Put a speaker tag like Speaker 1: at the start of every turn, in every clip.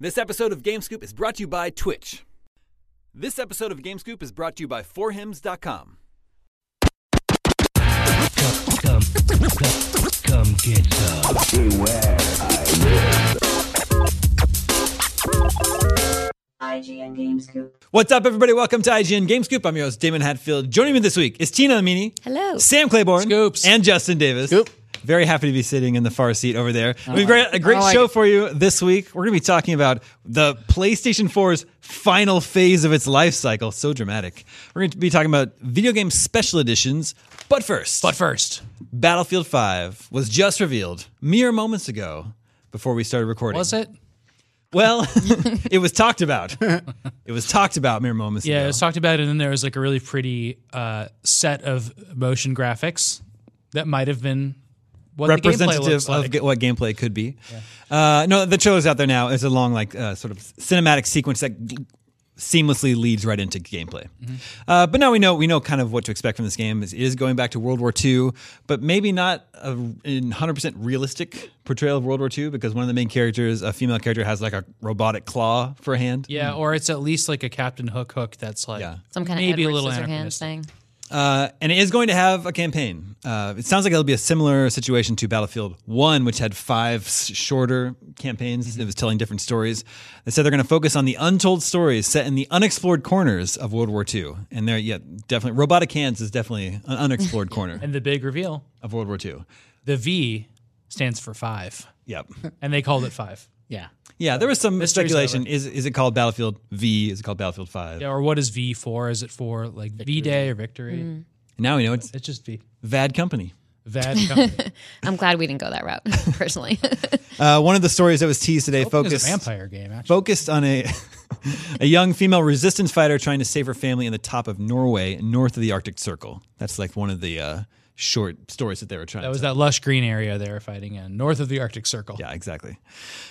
Speaker 1: This episode of Game Scoop is brought to you by Twitch. This episode of Game Scoop is brought to you by 4hims.com.
Speaker 2: come, come, come get some.
Speaker 3: IGN Game Scoop.
Speaker 1: What's up, everybody? Welcome to IGN Game Scoop. I'm your host, Damon Hatfield. Joining me this week is Tina Amini.
Speaker 4: Hello.
Speaker 1: Sam Claiborne.
Speaker 5: Scoops.
Speaker 1: And Justin Davis.
Speaker 5: Scoop.
Speaker 1: Very happy to be sitting in the far seat over there. We've got a great
Speaker 5: I like
Speaker 1: show
Speaker 5: it.
Speaker 1: for you this week. We're going to be talking about the PlayStation 4's final phase of its life cycle. So dramatic. We're going to be talking about video game special editions. But first,
Speaker 5: But first,
Speaker 1: Battlefield 5 was just revealed mere moments ago before we started recording.
Speaker 5: was it?
Speaker 1: Well, it was talked about. It was talked about mere moments
Speaker 5: Yeah,
Speaker 1: ago.
Speaker 5: it was talked about, and then there was like a really pretty uh, set of motion graphics that might have been what the gameplay
Speaker 1: representative
Speaker 5: looks
Speaker 1: of
Speaker 5: like.
Speaker 1: ga- what gameplay could be. Uh, no, the trailer's out there now. It's a long, like, uh, sort of cinematic sequence that g- seamlessly leads right into gameplay.
Speaker 5: Mm-hmm.
Speaker 1: Uh, but now we know we know kind of what to expect from this game. It is going back to World War II, but maybe not a 100 percent realistic portrayal of World War II because one of the main characters, a female character, has like a robotic claw for a hand.
Speaker 5: yeah, or it's at least like a Captain Hook hook that's like
Speaker 1: Yeah.
Speaker 4: Some kind
Speaker 5: maybe
Speaker 4: of
Speaker 5: a little
Speaker 4: hand
Speaker 5: anachronistic.
Speaker 4: thing.
Speaker 1: Uh, and it is going to have a campaign. Uh, it sounds like it'll be a similar situation to Battlefield 1, which had five s- shorter campaigns. It was telling different stories. They said they're going to focus on the untold stories set in the unexplored corners of World War II. And there, yeah, definitely, robotic hands is definitely an unexplored corner
Speaker 5: And the big reveal,
Speaker 1: of World War II.
Speaker 5: the V stands for five,
Speaker 1: Yep.
Speaker 5: and they called it five.
Speaker 6: Yeah.
Speaker 1: Yeah, there was some
Speaker 5: Mystery's
Speaker 1: speculation. Is, is it called Battlefield V? Is it called Battlefield 5?
Speaker 5: Yeah, or what is V for? Is it for like V Day or Victory?
Speaker 4: Mm-hmm.
Speaker 1: Now we know it's
Speaker 5: It's just V.
Speaker 1: VAD Company.
Speaker 5: Vad Company.
Speaker 4: I'm glad we didn't go that route personally.
Speaker 1: Uh, one of the stories that was teased today
Speaker 5: Focus.
Speaker 1: focused.
Speaker 5: a vampire game, actually.
Speaker 1: focused on a a young female resistance fighter trying to save her family in the top of Norway, north of the Arctic Circle. That's like one of the uh, short stories that they were trying.
Speaker 5: That
Speaker 1: to
Speaker 5: was that lush green area they were fighting in, north of the Arctic Circle.
Speaker 1: yeah, exactly.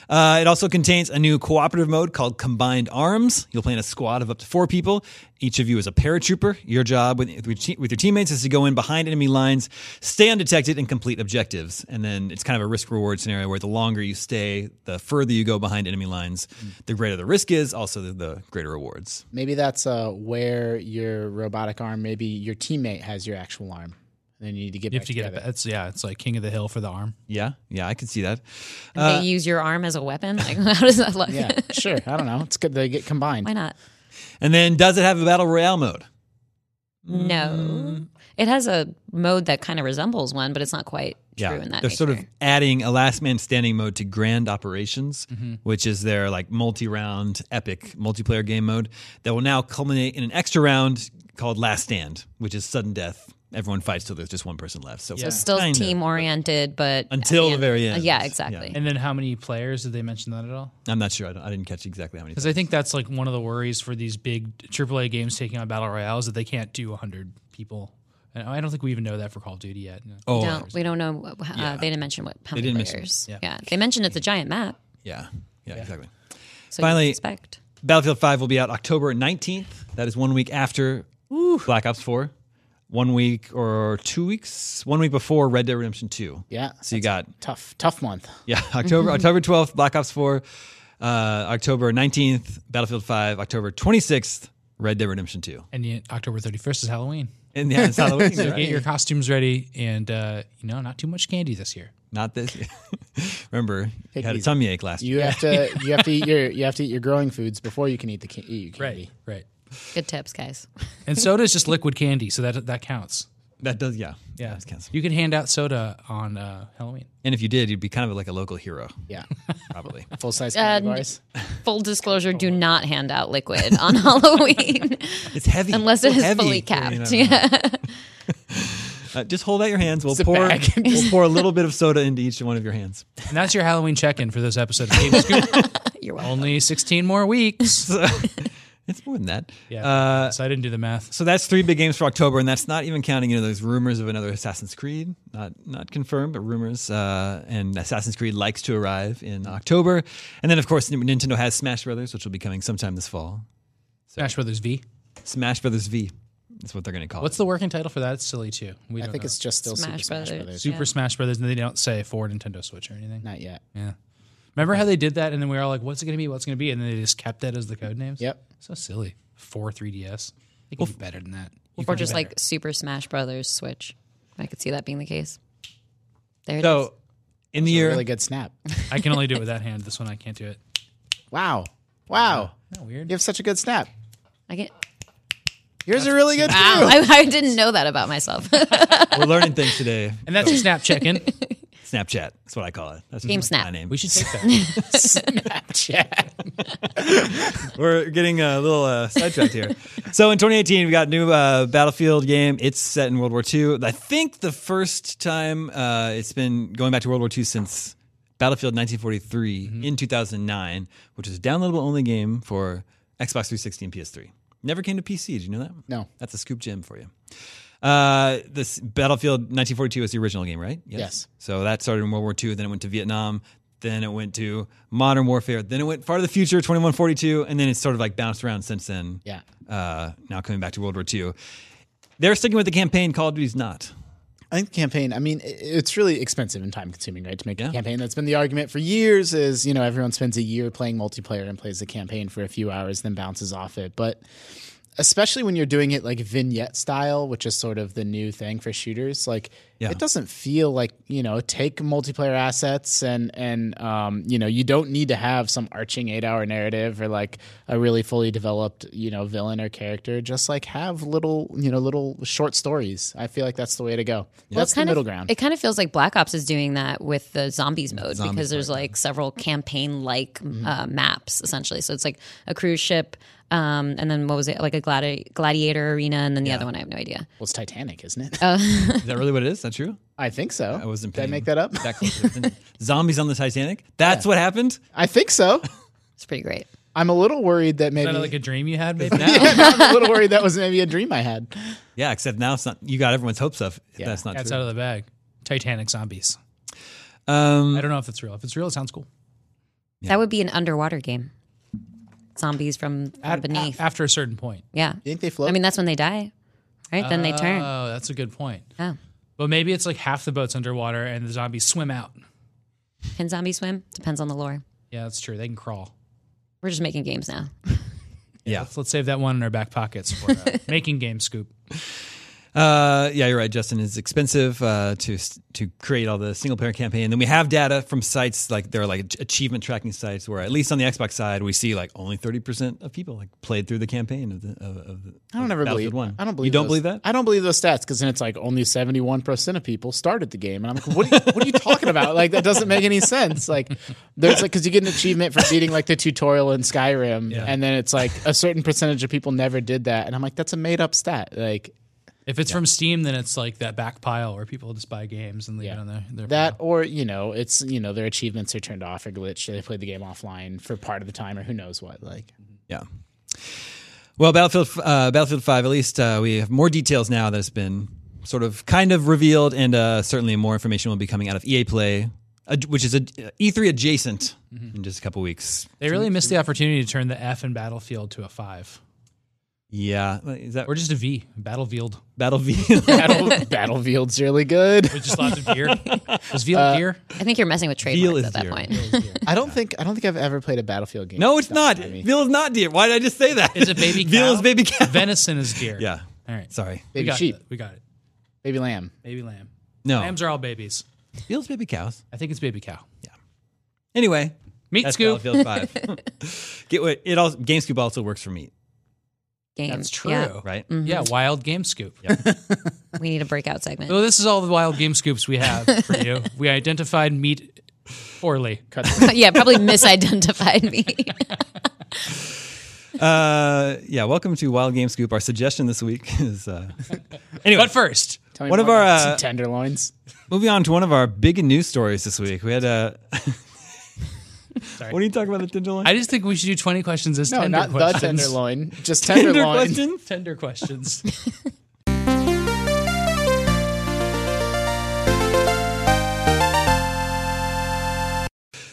Speaker 1: Uh, it also contains a new cooperative mode called Combined Arms. You'll play in a squad of up to four people. Each of you is a paratrooper. Your job with, with te- with your teammates is to go in behind enemy lines, stay undetected, and complete objectives. And then it's kind of a risk reward scenario where the longer you stay, the further you go behind enemy lines, the greater the risk is, also the, the greater rewards.
Speaker 6: Maybe that's uh, where your robotic arm, maybe your teammate has your actual arm. And then you need to get
Speaker 5: You have
Speaker 6: back
Speaker 5: to get it.
Speaker 6: together.
Speaker 5: That's yeah. It's like King of the Hill for the arm.
Speaker 1: Yeah, yeah, I could see that.
Speaker 4: they use your arm as a weapon. Like, how does that look?
Speaker 6: yeah, sure. I don't know. It's good they get combined.
Speaker 4: Why not?
Speaker 1: And then, does it have a battle royale mode?
Speaker 4: No. It has a mode that kind of resembles one, but it's not quite true in that.
Speaker 1: they're sort of
Speaker 4: nature.
Speaker 1: adding a last man standing mode to Grand Operations, which is their like multi-round epic multiplayer game mode that will now culminate in an extra round called Last Stand, which is sudden death. Everyone fights till there's just one person left. So,
Speaker 5: So
Speaker 4: still
Speaker 1: kind of.
Speaker 4: team oriented, but at
Speaker 1: Until the
Speaker 4: end-
Speaker 1: very end.
Speaker 4: Yeah, exactly.
Speaker 5: And then how many players did they mention that at all?
Speaker 1: I'm not sure. I, don't, I didn't catch exactly how many.
Speaker 5: Because I think that's like one of the worries for these big AAA games taking on battle royales that they can't do 100 people. And I don't think we even know that for Call of Duty yet.
Speaker 1: Oh,
Speaker 4: No, we don't know. Uh, They didn't mention what how many
Speaker 1: didn't mention-
Speaker 4: players. yeah. they mentioned it's a giant map.
Speaker 1: yeah, yeah, exactly.
Speaker 4: So
Speaker 1: Finally-
Speaker 4: you expect.
Speaker 1: Battlefield 5 will be out October 19th. That is one week after Black Ops 4. One week or two weeks? One week before Red Dead Redemption 2.
Speaker 6: Yeah,
Speaker 1: So you got,
Speaker 6: Tough, tough month.
Speaker 1: yeah, October October 12th, Black Ops 4. Uh, October 19th, Battlefield 5. October 26th, Red Dead Redemption 2.
Speaker 5: And yet October 31st is Halloween.
Speaker 1: And yeah, it's Halloween.
Speaker 5: So
Speaker 1: right?
Speaker 5: get your costumes ready and, uh, you know, not too much candy this year.
Speaker 1: Not this. Remember, you
Speaker 6: it
Speaker 1: had a
Speaker 6: easy.
Speaker 1: tummy ache last
Speaker 6: You have to, you have to eat your, you have to eat your growing foods before you can eat the can- eat your candy.
Speaker 5: Right.
Speaker 4: Good tips, guys.
Speaker 5: And soda is just liquid candy, so that that counts.
Speaker 1: That does, yeah.
Speaker 5: Yeah.
Speaker 1: That counts.
Speaker 5: You can hand out soda on uh, Halloween.
Speaker 1: And if you did, you'd be kind of like a local hero,
Speaker 6: Yeah,
Speaker 1: probably.
Speaker 6: full size
Speaker 4: Uh,
Speaker 6: candy bars.
Speaker 4: Full disclosure: do not hand out liquid on Halloween.
Speaker 1: It's heavy.
Speaker 4: Unless it
Speaker 1: It's
Speaker 4: is
Speaker 1: heavy.
Speaker 4: fully
Speaker 1: I mean, I
Speaker 4: capped,
Speaker 1: don't know. Uh, just hold out your hands. We'll
Speaker 6: a
Speaker 1: pour,
Speaker 6: bag.
Speaker 1: we'll pour a little bit of soda into each one of your hands.
Speaker 5: And that's your Halloween check-in for this episode of Game Scoop.
Speaker 4: You're welcome.
Speaker 5: Only 16 more weeks.
Speaker 1: It's more than that.
Speaker 5: Yeah. so I didn't do the math.
Speaker 1: So that's three big games for October, and that's not even counting you know those rumors of another Assassin's Creed, not not confirmed, but rumors. Uh, and Assassin's Creed likes to arrive in October, and then of course Nintendo has Smash Brothers, which will be coming sometime this fall.
Speaker 5: Smash Brothers V.
Speaker 1: Smash Brothers V, that's what they're going to call
Speaker 5: What's
Speaker 1: it.
Speaker 5: the working title for that? It's silly too. We
Speaker 6: I
Speaker 5: don't
Speaker 6: think
Speaker 5: know.
Speaker 6: it's just still
Speaker 4: Smash
Speaker 6: Super Smash
Speaker 4: Brothers.
Speaker 6: Brothers.
Speaker 5: Super Smash Brothers, and they don't say for Nintendo Switch or anything.
Speaker 6: Not yet.
Speaker 5: Yeah, Remember how they did that, and then we were all like, "What's it gonna be? What's it gonna be?" And then they just kept that as the code names.
Speaker 6: Yep.
Speaker 5: So silly. Four 3ds. They could be better than that.
Speaker 4: or
Speaker 5: You could do
Speaker 4: just
Speaker 5: better.
Speaker 4: like Super Smash Brothers Switch. I could see that being the case. There it is.
Speaker 1: So in the year
Speaker 6: Really good snap.
Speaker 5: I can only do it with that hand. This one I can't do it.
Speaker 6: Wow. Wow.
Speaker 5: Isn't that weird?
Speaker 6: You have such a good snap.
Speaker 4: I can
Speaker 6: Yours are really good too.
Speaker 4: I, I didn't know that about myself.
Speaker 1: we're learning things today.
Speaker 5: And that's a snap check-in.
Speaker 1: Snapchat. That's what I call it. That's
Speaker 4: Game
Speaker 1: my
Speaker 4: Snap.
Speaker 1: name.
Speaker 5: we should take that.
Speaker 6: Snapchat.
Speaker 1: We're getting a little uh, sidetracked here. so in 2018, we got a new uh, Battlefield game. It's set in World War II. I think the first time uh, it's been going back to World War II since Battlefield 1943 in 2009, which is a downloadable only game for Xbox 360 and PS3. Never came to PC. Did you know that?
Speaker 6: No.
Speaker 1: That's a scoop gem for you. Uh, this Battlefield 1942 is the original game, right?
Speaker 6: Yes.
Speaker 1: So that started in World War II. Then it went to Vietnam. Then it went to Modern Warfare. Then it went Far to the Future 2142, and then it's sort of like bounced around since then.
Speaker 6: Yeah.
Speaker 1: Uh, now coming back to World War II, they're sticking with the campaign. Call of Duty's not.
Speaker 6: I think the campaign. I mean, i- it's really expensive and time consuming, right? To make
Speaker 1: Yeah.
Speaker 6: a campaign. That's been the argument for years. Is you know everyone spends a year playing multiplayer and plays the campaign for a few hours, then bounces off it. But especially when you're doing it like vignette style, which is sort of the new thing for shooters, like
Speaker 1: Yeah.
Speaker 6: it doesn't feel like you know take multiplayer assets and and um, you know you don't need to have some arching eight hour narrative or like a really fully developed you know villain or character. Just like have little you know little short stories. I feel like that's the way to go. That's the
Speaker 4: kind
Speaker 6: middle
Speaker 4: of,
Speaker 6: ground.
Speaker 4: It kind of feels like Black Ops is doing that with the zombies mode
Speaker 1: zombies
Speaker 4: because there's like several campaign like
Speaker 6: Mm-hmm.
Speaker 4: uh, maps essentially. So it's like a cruise ship, um, and then what was it like a gladi- gladiator arena, and then the other one I have no idea.
Speaker 6: well, it's Titanic, isn't it?
Speaker 4: Oh.
Speaker 1: Is that really what it is? Is that true?
Speaker 6: I think so.
Speaker 1: I wasn't.
Speaker 6: Did I
Speaker 1: paying
Speaker 6: make that up?
Speaker 1: That close. Zombies on the Titanic. That's what happened.
Speaker 6: I think so.
Speaker 4: It's pretty great.
Speaker 6: I'm a little worried that maybe
Speaker 5: Is that like a dream you had, maybe?
Speaker 6: I'm a little worried that was maybe a dream I had.
Speaker 1: Yeah, except now it's not. You got everyone's hopes up. That's not
Speaker 5: That's
Speaker 1: true.
Speaker 5: out of the bag. Titanic zombies.
Speaker 1: um,
Speaker 5: I don't know if it's real. If it's real, it sounds cool.
Speaker 4: That would be an underwater game. Zombies from from beneath.
Speaker 5: After a certain point.
Speaker 4: yeah.
Speaker 6: You think they float? Uh,
Speaker 4: I mean, that's when they die, right? then they turn.
Speaker 5: Oh, that's a good point.
Speaker 4: Yeah.
Speaker 5: But maybe it's like half the boat's underwater and the zombies swim out.
Speaker 4: Can zombies swim? Depends on the lore.
Speaker 5: Yeah, that's true. They can crawl.
Speaker 4: We're just making games now.
Speaker 1: yeah.
Speaker 5: So let's save that one in our back pockets for uh, making game scoop.
Speaker 1: Uh, yeah, you're right, Justin. It's expensive uh, to to create all the single player campaign. And then we have data from sites like there are like achievement tracking sites where at least on the Xbox side we see like only 30 percent of people like played through the campaign of the of, of the.
Speaker 6: I don't ever
Speaker 1: Battlefield
Speaker 6: believe.
Speaker 1: one.
Speaker 6: I don't believe.
Speaker 1: You don't
Speaker 6: those-
Speaker 1: believe that?
Speaker 6: I don't believe those stats because then it's like only seventy one percent of people started the game, and I'm like, what are you, what are you talking about? Like that doesn't make any sense. Like there's like because you get an achievement for beating like the tutorial in Skyrim, and then it's like a certain percentage of people never did that, and I'm like, that's a made up stat. Like
Speaker 5: If it's from Steam, then it's like that back pile where people just buy games and leave it on their, their
Speaker 6: that, or you know, it's you know their achievements are turned off or glitched, or they played the game offline for part of the time, or who knows what. Like
Speaker 1: Yeah. Well, Battlefield uh, Battlefield Five. At least uh, we have more details now that's been sort of kind of revealed, and uh, certainly more information will be coming out of EA Play, uh, which is a E3 adjacent in just a couple weeks.
Speaker 5: They really missed the opportunity to turn the F in Battlefield to a five
Speaker 1: Yeah, is that
Speaker 5: or just a V, Battlefield.
Speaker 1: Battlefield?
Speaker 6: Battle, Battlefield's really good.
Speaker 5: With just lots of gear. Was V
Speaker 1: Uh,
Speaker 5: like gear?
Speaker 4: I think you're messing with
Speaker 1: is
Speaker 4: trademarks at that
Speaker 1: dear.
Speaker 4: point.
Speaker 6: I don't think I don't think I've ever played a Battlefield game.
Speaker 1: No, it's not.
Speaker 6: I mean-
Speaker 1: Veal is not deer. Why did I just say that?
Speaker 5: Is it baby cow?
Speaker 1: Veal is baby cow.
Speaker 5: Venison is deer.
Speaker 1: yeah.
Speaker 5: All right.
Speaker 1: Sorry.
Speaker 5: we
Speaker 6: Baby
Speaker 5: got
Speaker 6: sheep,
Speaker 5: it. We got it.
Speaker 6: baby lamb.
Speaker 5: Baby lamb.
Speaker 1: No.
Speaker 5: Lambs are all babies.
Speaker 1: Veal's baby cows.
Speaker 5: I think it's baby cow.
Speaker 1: Anyway,
Speaker 5: Meat
Speaker 1: that's
Speaker 5: scoop.
Speaker 1: Battlefield Five. Get what it all. GameScoop also works for meat,
Speaker 4: Games.
Speaker 5: That's true.
Speaker 4: Yeah.
Speaker 1: right?
Speaker 5: Yeah, wild game scoop.
Speaker 4: We need a breakout segment.
Speaker 5: So this is all the wild game scoops we have for you. We identified meat poorly.
Speaker 4: yeah, probably misidentified me.
Speaker 1: Uh, yeah. Welcome to Wild Game Scoop. Our suggestion this week is uh, anyway.
Speaker 5: But first,
Speaker 6: Tell me
Speaker 1: One
Speaker 6: more
Speaker 1: of our,
Speaker 6: about
Speaker 1: uh,
Speaker 6: some tenderloins.
Speaker 1: moving on to one of our big news stories this week. We had a. what are you talking about? The Tinder line?
Speaker 5: I just think we should do 20 questions as
Speaker 6: No,
Speaker 5: tender
Speaker 6: not
Speaker 5: questions.
Speaker 6: the tenderloin. Just
Speaker 1: Tinder
Speaker 6: tenderloin.
Speaker 1: question.
Speaker 5: Tender questions.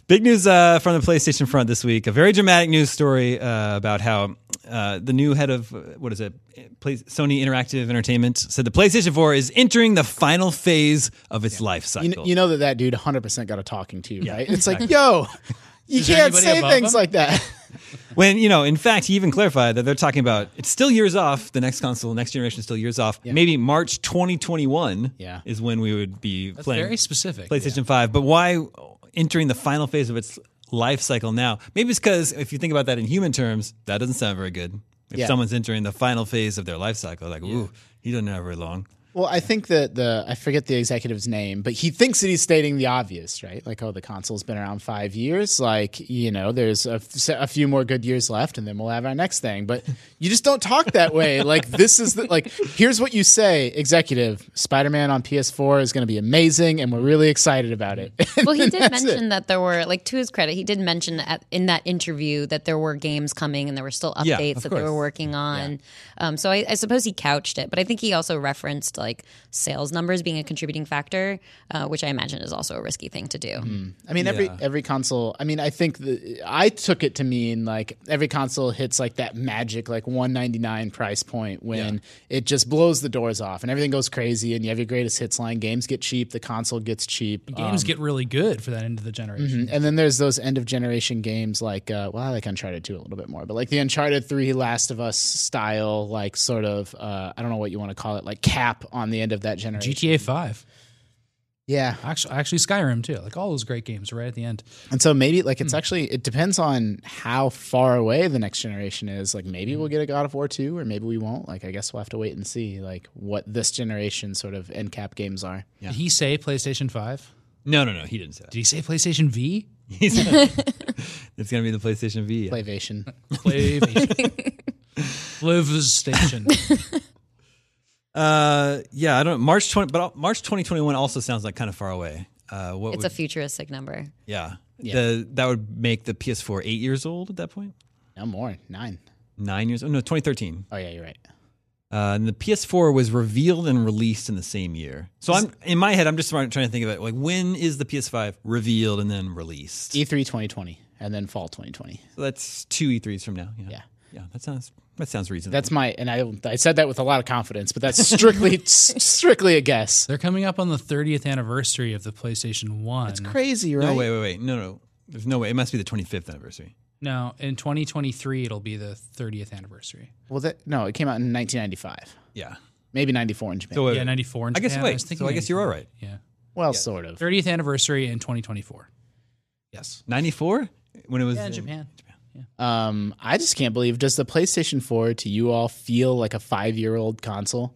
Speaker 1: Big news uh, from the PlayStation front this week. A very dramatic news story uh, about how uh, the new head of, uh, what is it, Play- Sony Interactive Entertainment said the PlayStation 4 is entering the final phase of its life
Speaker 6: You,
Speaker 1: cycle.
Speaker 6: kn- you know that that dude 100% got a talking to, right? It's like, yo, You
Speaker 5: Is there
Speaker 6: can't
Speaker 5: anybody
Speaker 6: say
Speaker 5: above
Speaker 6: things
Speaker 5: them?
Speaker 6: like that.
Speaker 1: When you know, in fact, he even clarified that they're talking about it's still years off. The next console, next generation, is still years off. Maybe March 2021
Speaker 6: Yeah.
Speaker 1: is when we would be playing
Speaker 5: Very specific.
Speaker 1: PlayStation 5. But why entering the final phase of its life cycle now? Maybe it's because if you think about that in human terms, that doesn't sound very good. If
Speaker 6: Yeah.
Speaker 1: someone's entering the final phase of their life cycle, like, ooh, he doesn't have very long.
Speaker 6: Well, I think that the I forget the executive's name, but he thinks that he's stating the obvious, right? Like, oh, the console's been around five years. Like, you know, there's a, f- a few more good years left, and then we'll have our next thing. But you just don't talk that way. like, this is the, like, here's what you say, executive: Spider-Man on PS4 is going to be amazing, and we're really excited about it.
Speaker 4: Well, he did mention that there were, like, to his credit, he did mention at, in that interview that there were games coming and there were still
Speaker 1: Yeah,
Speaker 4: updates
Speaker 1: of
Speaker 4: that they
Speaker 1: course.
Speaker 4: were working on. Um, so I, I suppose he couched it, but I think he also referenced like sales numbers being a contributing factor, uh, which I imagine is also a risky thing to do.
Speaker 1: Hmm.
Speaker 6: I mean, every
Speaker 1: Yeah.
Speaker 6: every console. I mean, I think the, I took it to mean like every console hits like that magic like one ninety nine price point when it just blows the doors off and everything goes crazy and you have your greatest hits line. Games get cheap, the console gets cheap,
Speaker 5: Games get really good for that end of the generation.
Speaker 6: um, and then there's those end of generation games like uh, well, I like Uncharted two a little bit more, but like the Uncharted three, Last of Us style, like sort of uh, I don't know what you want to call it, like cap on the end of that generation.
Speaker 5: GTA Five,
Speaker 6: Yeah,
Speaker 5: actually, actually Skyrim too. Like all those great games right at the end.
Speaker 6: And so maybe like it's actually it depends on how far away the next generation is. Like maybe we'll get a God of War 2 or maybe we won't. Like I guess we'll have to wait and see like what this generation sort of end cap games are.
Speaker 5: Did he say PlayStation Five?
Speaker 1: No, no, no. He didn't say that.
Speaker 5: Did he say PlayStation V?
Speaker 1: He said it's going to be the PlayStation V.
Speaker 6: Playvation.
Speaker 5: PlayStation. PlayStation.
Speaker 1: Uh, yeah, I don't. March 20, but uh, March 2021 also sounds like kind of far away. Uh, what
Speaker 4: It's
Speaker 1: would,
Speaker 4: a futuristic number.
Speaker 1: yeah. The, that would make the PS4 eight years old at that point.
Speaker 6: No more. Nine.
Speaker 1: Nine years? Oh no, 2013.
Speaker 6: Oh yeah, you're right.
Speaker 1: Uh, and the PS4 was revealed and released in the same year. So I'm in my head, I'm just trying trying to think about like when is the PS5 revealed and then released?
Speaker 6: E3 2020 and then fall 2020.
Speaker 1: So that's two E3s from now. Yeah.
Speaker 6: Yeah.
Speaker 1: that sounds that sounds reasonable.
Speaker 6: That's my and I I said that with a lot of confidence, but that's strictly s- strictly a guess.
Speaker 5: They're coming up on the 30th anniversary of the PlayStation One. That's
Speaker 6: Crazy, right?
Speaker 1: no, wait, wait, wait. No, no. There's no way. It must be the 25th anniversary.
Speaker 5: No, in 2023 it'll be the 30th anniversary.
Speaker 6: Well, that no, it came out in 1995.
Speaker 1: Yeah.
Speaker 6: Maybe 94 in Japan.
Speaker 1: So wait,
Speaker 5: Yeah, 94. In
Speaker 1: I guess
Speaker 5: Japan.
Speaker 1: wait.
Speaker 5: was thinking
Speaker 1: so I guess you're all
Speaker 5: 94.
Speaker 1: right.
Speaker 5: Yeah,
Speaker 6: well, sort of.
Speaker 5: 30th anniversary in 2024. Yes.
Speaker 1: 94 when it was
Speaker 5: Yeah, in
Speaker 1: in-
Speaker 5: Japan.
Speaker 6: Um, I just can't believe. Does the PlayStation 4 to you all feel like a five year old console?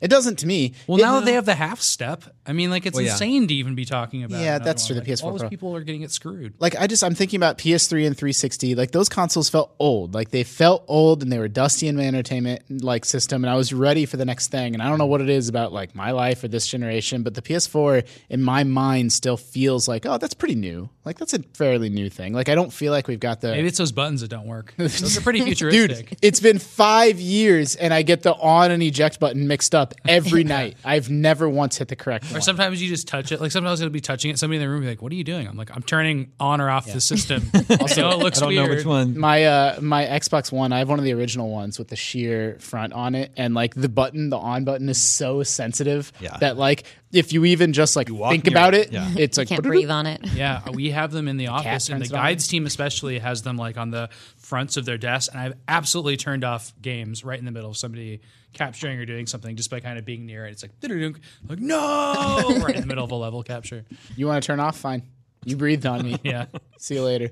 Speaker 6: It doesn't to me.
Speaker 5: Well,
Speaker 6: It-
Speaker 5: now that they have the half step, I mean, like it's
Speaker 1: Well, yeah.
Speaker 5: insane to even be talking about.
Speaker 6: Yeah,
Speaker 5: another
Speaker 6: that's
Speaker 5: one.
Speaker 6: true, the
Speaker 5: Like,
Speaker 6: PS4
Speaker 5: All those
Speaker 6: Pro.
Speaker 5: people are getting it screwed.
Speaker 6: like I just I'm thinking about PS3 and 360. Like those consoles felt old. Like they felt old and they were dusty in my entertainment like system. And I was ready for the next thing. And I don't know what it is about like my life or this generation, but the PS4 in my mind still feels like oh that's pretty new. Like that's a fairly new thing. Like I don't feel like we've got the
Speaker 5: Maybe it's those buttons that don't work. Those are pretty futuristic.
Speaker 6: Dude, it's been five years and I get the on and eject button mixed up every night. I've never once hit the correct
Speaker 5: Or
Speaker 6: one.
Speaker 5: sometimes you just touch it. Like sometimes it'll be touching it. Somebody in the room will be like, "What are you doing?" I'm like, "I'm turning on or off the system." also, it looks
Speaker 1: I don't
Speaker 5: weird.
Speaker 1: know which one.
Speaker 6: My uh, my Xbox One, I have one of the original ones with the sheer front on it, and like the button, the on button is so sensitive
Speaker 1: Yeah.
Speaker 6: that like if you even just like think
Speaker 1: near
Speaker 6: about
Speaker 1: it,
Speaker 6: it,
Speaker 1: yeah.
Speaker 6: it's like
Speaker 4: Can't breathe on it.
Speaker 5: Yeah, we have them in the office, and the
Speaker 6: turns it on.
Speaker 5: guides team especially has them like on the fronts of their desks. And I've absolutely turned off games right in the middle of somebody capturing or doing something just by kind of being near it. It's like, "Didder-dunk." I'm like no, right in the middle of a level capture.
Speaker 6: You want to turn off? Fine. You breathed on me.
Speaker 5: Yeah.
Speaker 6: See you later.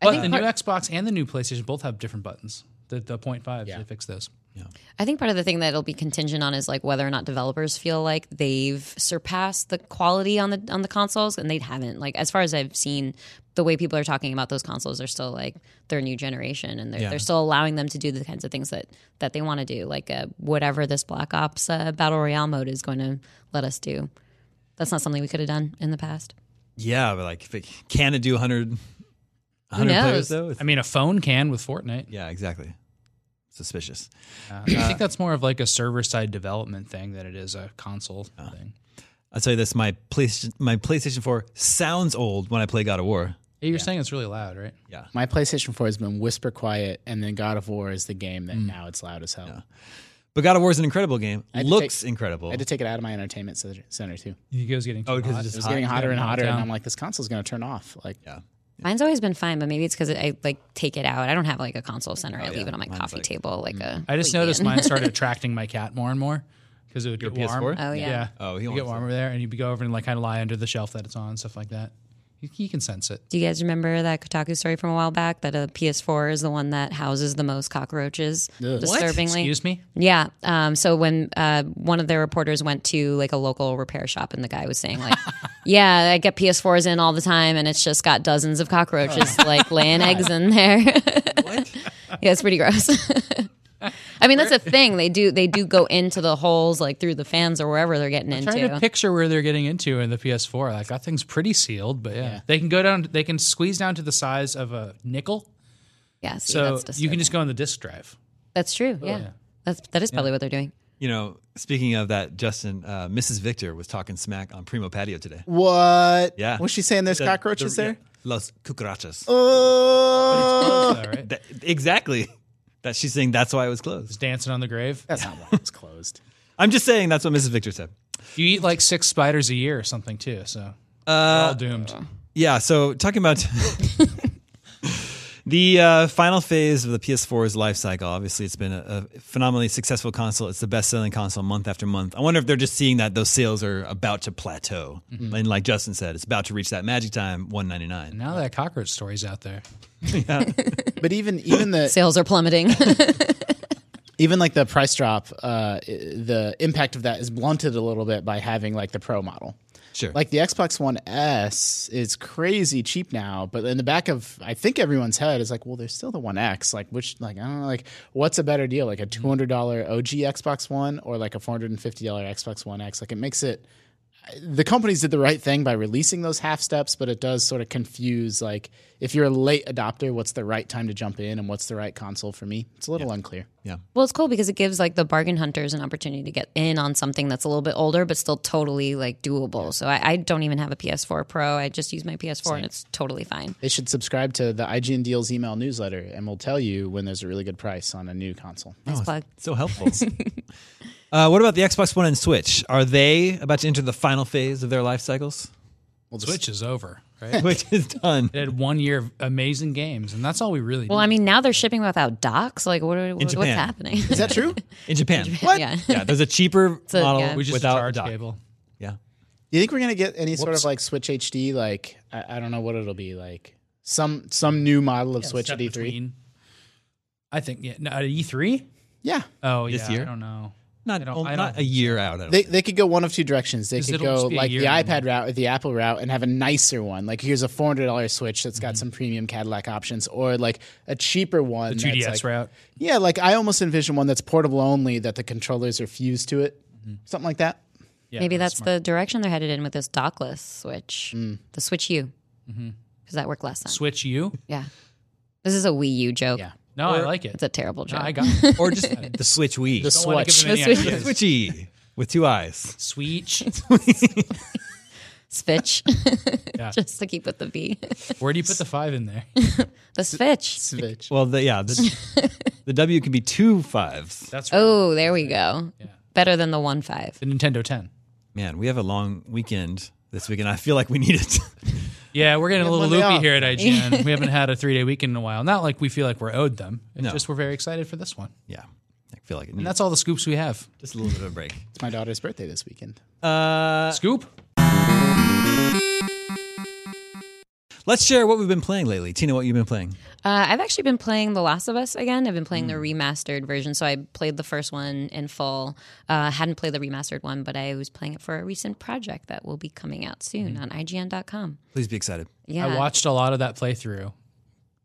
Speaker 5: But the new Xbox and the new PlayStation both have different buttons. The the point five, they fixed those.
Speaker 4: I think part of the thing that'll be contingent on is like whether or not developers feel like they've surpassed the quality on the on the consoles, and they haven't. Like as far as I've seen, the way people are talking about those consoles are still like their new generation, and they're, they're still allowing them to do the kinds of things that that they want to do, like uh, whatever this Black Ops uh, Battle Royale mode is going to let us do. That's not something we could have done in the past.
Speaker 1: Yeah, but like if it, can it do 100 100
Speaker 4: knows?
Speaker 1: players though? It's-
Speaker 5: I mean, a phone can with Fortnite.
Speaker 1: yeah, exactly. Suspicious.
Speaker 5: I think that's more of like a server side development thing than it is a console thing.
Speaker 1: I'll tell you this: my PlayStation, my PlayStation Four sounds old when I play God of War.
Speaker 5: Hey, you're saying it's really loud, right?
Speaker 1: Yeah,
Speaker 6: My PlayStation 4 has been whisper quiet, and then God of War is the game
Speaker 5: Mm.
Speaker 6: that now it's loud as hell.
Speaker 1: but God of War is an incredible game.
Speaker 6: had to
Speaker 1: Looks
Speaker 6: take-
Speaker 1: incredible.
Speaker 6: I had to take it out of my entertainment center- center too.
Speaker 5: You guys getting too
Speaker 1: oh, because
Speaker 5: hot.
Speaker 1: it's just
Speaker 6: It was
Speaker 1: hot.
Speaker 6: getting hotter and
Speaker 5: Melt
Speaker 6: hotter,
Speaker 5: down.
Speaker 6: and I'm like, this console's gonna turn off. Like,
Speaker 1: Yeah.
Speaker 4: Mine's always been fine, but maybe it's because I like take it out. I don't have like a console center. I leave it on my coffee table, like uh, a.
Speaker 5: I just
Speaker 4: weekend.
Speaker 5: noticed mine started attracting my cat more and more because it would get warm.
Speaker 1: PS4? Oh,
Speaker 4: yeah.
Speaker 1: Oh, he
Speaker 5: you get
Speaker 1: wants
Speaker 5: warm over there, and you'd go over and like kind of lie under the shelf that it's on, stuff like that. You, you can sense it.
Speaker 4: Do you guys remember that Kotaku story from a while back that a PS4 is the one that houses the most cockroaches? Disturbingly.
Speaker 5: Excuse me.
Speaker 4: Yeah. Um, so when uh, one of their reporters went to like a local repair shop, and the guy was saying like, "Yeah, I get PS4s in all the time, and it's just got dozens of cockroaches like laying eggs in there."
Speaker 1: What?
Speaker 4: yeah, it's pretty gross. I mean, that's a thing. They do they do go into the holes like through the fans or wherever they're getting into.
Speaker 5: Trying to picture where they're getting into in the PS4. Like that thing's pretty sealed, but yeah, they can go down. They can squeeze down to the size of a nickel,
Speaker 4: yeah. See,
Speaker 5: so
Speaker 4: that's
Speaker 5: you
Speaker 4: disturbing.
Speaker 5: can just Oh, go on the disk drive.
Speaker 4: That's true. Yeah. That's that is probably what they're doing.
Speaker 1: You know, speaking of that, Justin, uh, Mrs. Victor was talking smack on Primo Patio today.
Speaker 6: What?
Speaker 1: Yeah.
Speaker 6: Was she saying there's
Speaker 1: The-
Speaker 6: cockroaches
Speaker 1: the-
Speaker 6: there?
Speaker 1: yeah, Los cucarachas.
Speaker 6: Oh.
Speaker 5: All right,
Speaker 1: That- exactly. That she's saying that's why it was closed.
Speaker 5: just dancing on the grave.
Speaker 6: That's not why it's closed.
Speaker 1: I'm just saying that's what Mrs. Victor said.
Speaker 5: You eat like six spiders a year or something too, so uh, all doomed.
Speaker 1: Yeah. So talking about the uh, final phase of the PS4's life cycle. Obviously, it's been a, a phenomenally successful console. It's the best-selling console month after month. I wonder if they're just seeing that those sales are about to plateau, and like Justin said, it's about to reach that magic time, 199.
Speaker 5: Now that cockroach story's out there,
Speaker 6: But even even the
Speaker 4: Sales are plummeting.
Speaker 6: even like the price drop, uh, i- the impact of that is blunted a little bit by having like the pro model.
Speaker 1: Sure.
Speaker 6: Like the Xbox One S is crazy cheap now, but in the back of I think everyone's head is like, well, there's still the One X. Like which like I don't know, like what's a better deal? Like a two hundred dollar OG Xbox One or like a four hundred and fifty dollar Xbox One X? Like it makes it the companies did the right thing by releasing those half steps, but it does sort of confuse like if you're a late adopter, what's the right time to jump in and what's the right console for me? It's a little unclear.
Speaker 1: yeah.
Speaker 4: well, it's cool because it gives like the bargain hunters an opportunity to get in on something that's a little bit older but still totally like doable. So I, I don't even have a PS4 Pro. I just use my PS4 and it's totally fine.
Speaker 6: They should subscribe to the IGN Deals email newsletter, and we'll tell you when there's a really good price on a new console.
Speaker 4: Nice plug.
Speaker 1: So helpful. uh, what about the Xbox One and Switch? Are they about to enter the final phase of their life cycles?
Speaker 6: We'll just,
Speaker 5: Switch is over. Right?
Speaker 1: Which is done.
Speaker 5: it had one year of amazing games, and that's all we really.
Speaker 4: Well,
Speaker 5: need.
Speaker 4: I mean, now they're shipping without docs. Like, what, are- what what's
Speaker 1: Japan.
Speaker 4: happening?
Speaker 6: Is that true?
Speaker 1: In Japan.
Speaker 6: What?
Speaker 4: yeah.
Speaker 1: Yeah, there's a cheaper
Speaker 4: a-
Speaker 1: model
Speaker 4: yeah.
Speaker 5: we just
Speaker 1: without
Speaker 5: charge
Speaker 1: a dock.
Speaker 5: cable.
Speaker 1: Yeah.
Speaker 6: You think we're gonna get any sort
Speaker 5: Whoops.
Speaker 6: of like Switch HD? Like I, I don't know what it'll be like. Some some new model of Switch at E E3.
Speaker 5: Between- I think yeah, no, at E3.
Speaker 6: Yeah,
Speaker 5: Oh
Speaker 1: This
Speaker 5: yeah,
Speaker 1: year?
Speaker 5: I don't know.
Speaker 1: Not,
Speaker 5: I don't-
Speaker 1: oh,
Speaker 5: I
Speaker 1: not
Speaker 5: don't
Speaker 1: a year out. I don't
Speaker 6: they they could go one of two directions. They
Speaker 5: 'Cause
Speaker 6: could
Speaker 5: it'll
Speaker 6: go
Speaker 5: just be a
Speaker 6: like the
Speaker 5: year in the
Speaker 6: iPad route or the Apple route and have a nicer one. Like here's a four hundred dollar Switch that's got some premium Cadillac options, or like a cheaper one.
Speaker 5: Mm-hmm. The
Speaker 6: that's,
Speaker 5: 2DS
Speaker 6: like-
Speaker 5: route.
Speaker 6: Yeah, like I almost envision one that's portable only that the controllers are fused to it,
Speaker 5: Mm-hmm.
Speaker 6: something like that.
Speaker 5: Yeah,
Speaker 4: Maybe that's, the direction they're headed in with this dockless Switch, the Switch U, because that worked last time.
Speaker 5: Switch U.
Speaker 4: yeah, this is a Wii U joke.
Speaker 6: Yeah.
Speaker 5: No, I like it.
Speaker 4: It's a terrible joke.
Speaker 5: I got it.
Speaker 1: Or just the Switch Wii.
Speaker 6: The
Speaker 5: Don't wanna give them
Speaker 6: Switch.
Speaker 5: any
Speaker 4: Switch.
Speaker 5: ideas.
Speaker 1: Switchy with two eyes.
Speaker 5: Switch.
Speaker 4: Switch,
Speaker 5: Yeah.
Speaker 4: just to keep with the V.
Speaker 5: Where do you put the five in there?
Speaker 4: the Switch.
Speaker 6: Switch.
Speaker 1: Well, the, yeah, the, the W could be two fives.
Speaker 5: That's right.
Speaker 4: Oh, there we go. Better than the one five.
Speaker 5: the Nintendo 10.
Speaker 1: Man, we have a long weekend this weekend. I feel like we need it.
Speaker 5: Yeah, we're getting a little
Speaker 6: Monday
Speaker 5: loopy
Speaker 6: off.
Speaker 5: here at IGN. we haven't had a three day weekend in a while. Not like we feel like we're owed them. It's
Speaker 1: No.
Speaker 5: just we're very excited for this one.
Speaker 1: yeah, I feel like it
Speaker 5: And
Speaker 1: needs
Speaker 5: that's all the scoops we have.
Speaker 1: just a little bit of a break.
Speaker 6: It's my daughter's birthday this weekend.
Speaker 1: Uh,
Speaker 5: Scoop?
Speaker 1: let's share what we've been playing lately. Tina, what you've been playing?
Speaker 4: Uh, I've actually been playing The Last of Us again. I've been playing
Speaker 5: Hmm.
Speaker 4: the remastered version. So I played the first one in full. Uh, hadn't played the remastered one, but I was playing it for a recent project that will be coming out soon on IGN.com.
Speaker 1: Please be excited.
Speaker 4: Yeah.
Speaker 5: Hmm. I watched a lot of that playthrough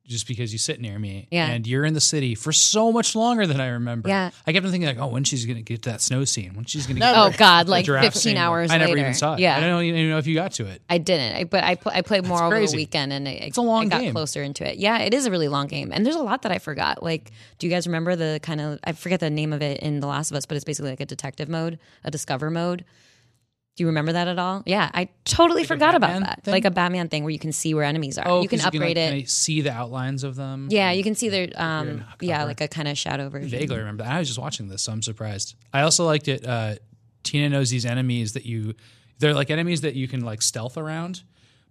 Speaker 5: just because you sit near me.
Speaker 4: Yeah.
Speaker 5: And you're in the city for so much longer than I remember.
Speaker 4: Yeah.
Speaker 5: I kept on thinking, like, oh, when she's going to get to that snow scene, when she's going to
Speaker 4: Oh
Speaker 5: get to
Speaker 4: God!
Speaker 5: the
Speaker 4: Like
Speaker 5: giraffe
Speaker 4: fifteen
Speaker 5: scene.
Speaker 4: hours.
Speaker 5: I never
Speaker 4: later.
Speaker 5: even saw it.
Speaker 4: Yeah,
Speaker 5: I don't even know if you got to it.
Speaker 4: I didn't, I- but I, pl- I played more over
Speaker 5: crazy.
Speaker 4: the weekend and it, it's
Speaker 5: a long
Speaker 4: I got
Speaker 5: game.
Speaker 4: closer into it. Yeah, it is a really long game. And there's a lot that I forgot. Like, do you guys remember the kind of, I forget the name of it in The Last of Us, but it's basically like a detective mode, a discover mode. Do you remember that at all? Yeah, I totally forgot about
Speaker 5: Batman
Speaker 4: that.
Speaker 5: thing?
Speaker 4: Like a Batman thing where you can see where enemies are.
Speaker 5: Oh,
Speaker 4: you can
Speaker 5: 'cause
Speaker 4: upgrade
Speaker 5: like,
Speaker 4: it.
Speaker 5: kinda see the outlines of them.
Speaker 4: yeah, you can see their, um, yeah, like a kind of shadow version.
Speaker 1: Mm-hmm.
Speaker 5: vaguely remember that. I was just watching this, so I'm surprised. I also liked it. Uh, Tina knows these enemies that you, they're like enemies that you can like stealth around,